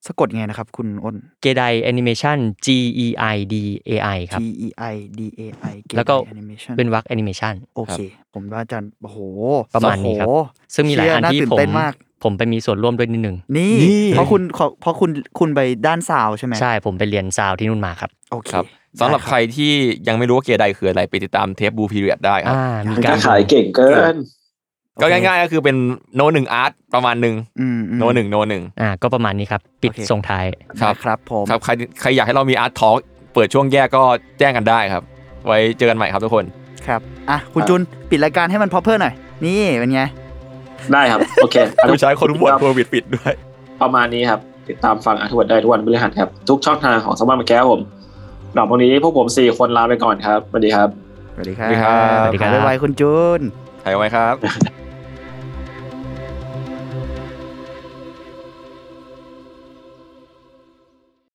สะกดไงนะครับ คุณอ้น
เกไดแอนิเมชัน G E I D A I ครับ
T E I D A I
แล้วก็
Gate Animation
เป็นวักแอนิเมชัน
โอเค ผมว่าอาจารย์โอ้โห
ประมาณนี้ครับ
โอ้โ
ซึ่งมีหลายอันที่
เชี่ยา
ผ
ตื่
ม
เต้นมาก
ผมไปมีส่วนร่วมด้วยนิดนึง
นี่
นี่
เพราะคุณขอเพราะคุณคุณไปด้านสาวใช่ไหม
ใช่ผมไปเรียนซาวที่นู่นมาครับ
โอเค
ครับสำหรับใครที่ยังไม่รู้ว่าเกียร์ใดคืออะไรไปติดตามเทปบูพีเรียดได้ครับ
อ่ามี
มัน
กา
ก็
ร
ขายเก่งเกิน
ก็ง่ายๆก็คือเป็นโนหนึ่งอาร์ตประมาณหนึ่ง
อืมอืม
โนหนึ่งโนหนึ่ง
อ่าก็ประมาณนี้ครับ ปิด
โอเค
ส่งท้าย
ครับ
ครับ ผม
ครับใครใครอยากให้เรามีอาร์ตทอลเปิดช่วงแยกก็แจ้งกันได้ครับ ไว้เจอกันใหม่ครับทุกคน
ครับอ่ะคุณ
ครับ
จุนปิดรายการให้มันพอเพิ่หน่อย นี่เป็นไง
ได้ครับ โอเค
ผู้ชายคนบวชโควิดปิดด้วย
ประมาณนี้ครับ ติดตามฟังอาร์ทวดได้ทุกวันพฤหัสครับ ทุกช่องทางของสมาร์ทแก้วผมหลังวันนี้พวกผมสี่คนลาไปก่อนครับสวัสดีครับ
สวัสดีครับ
สวัสดีครับ
บ๊ายบายคุณจุน
ถ่ายไว้ครับ
ค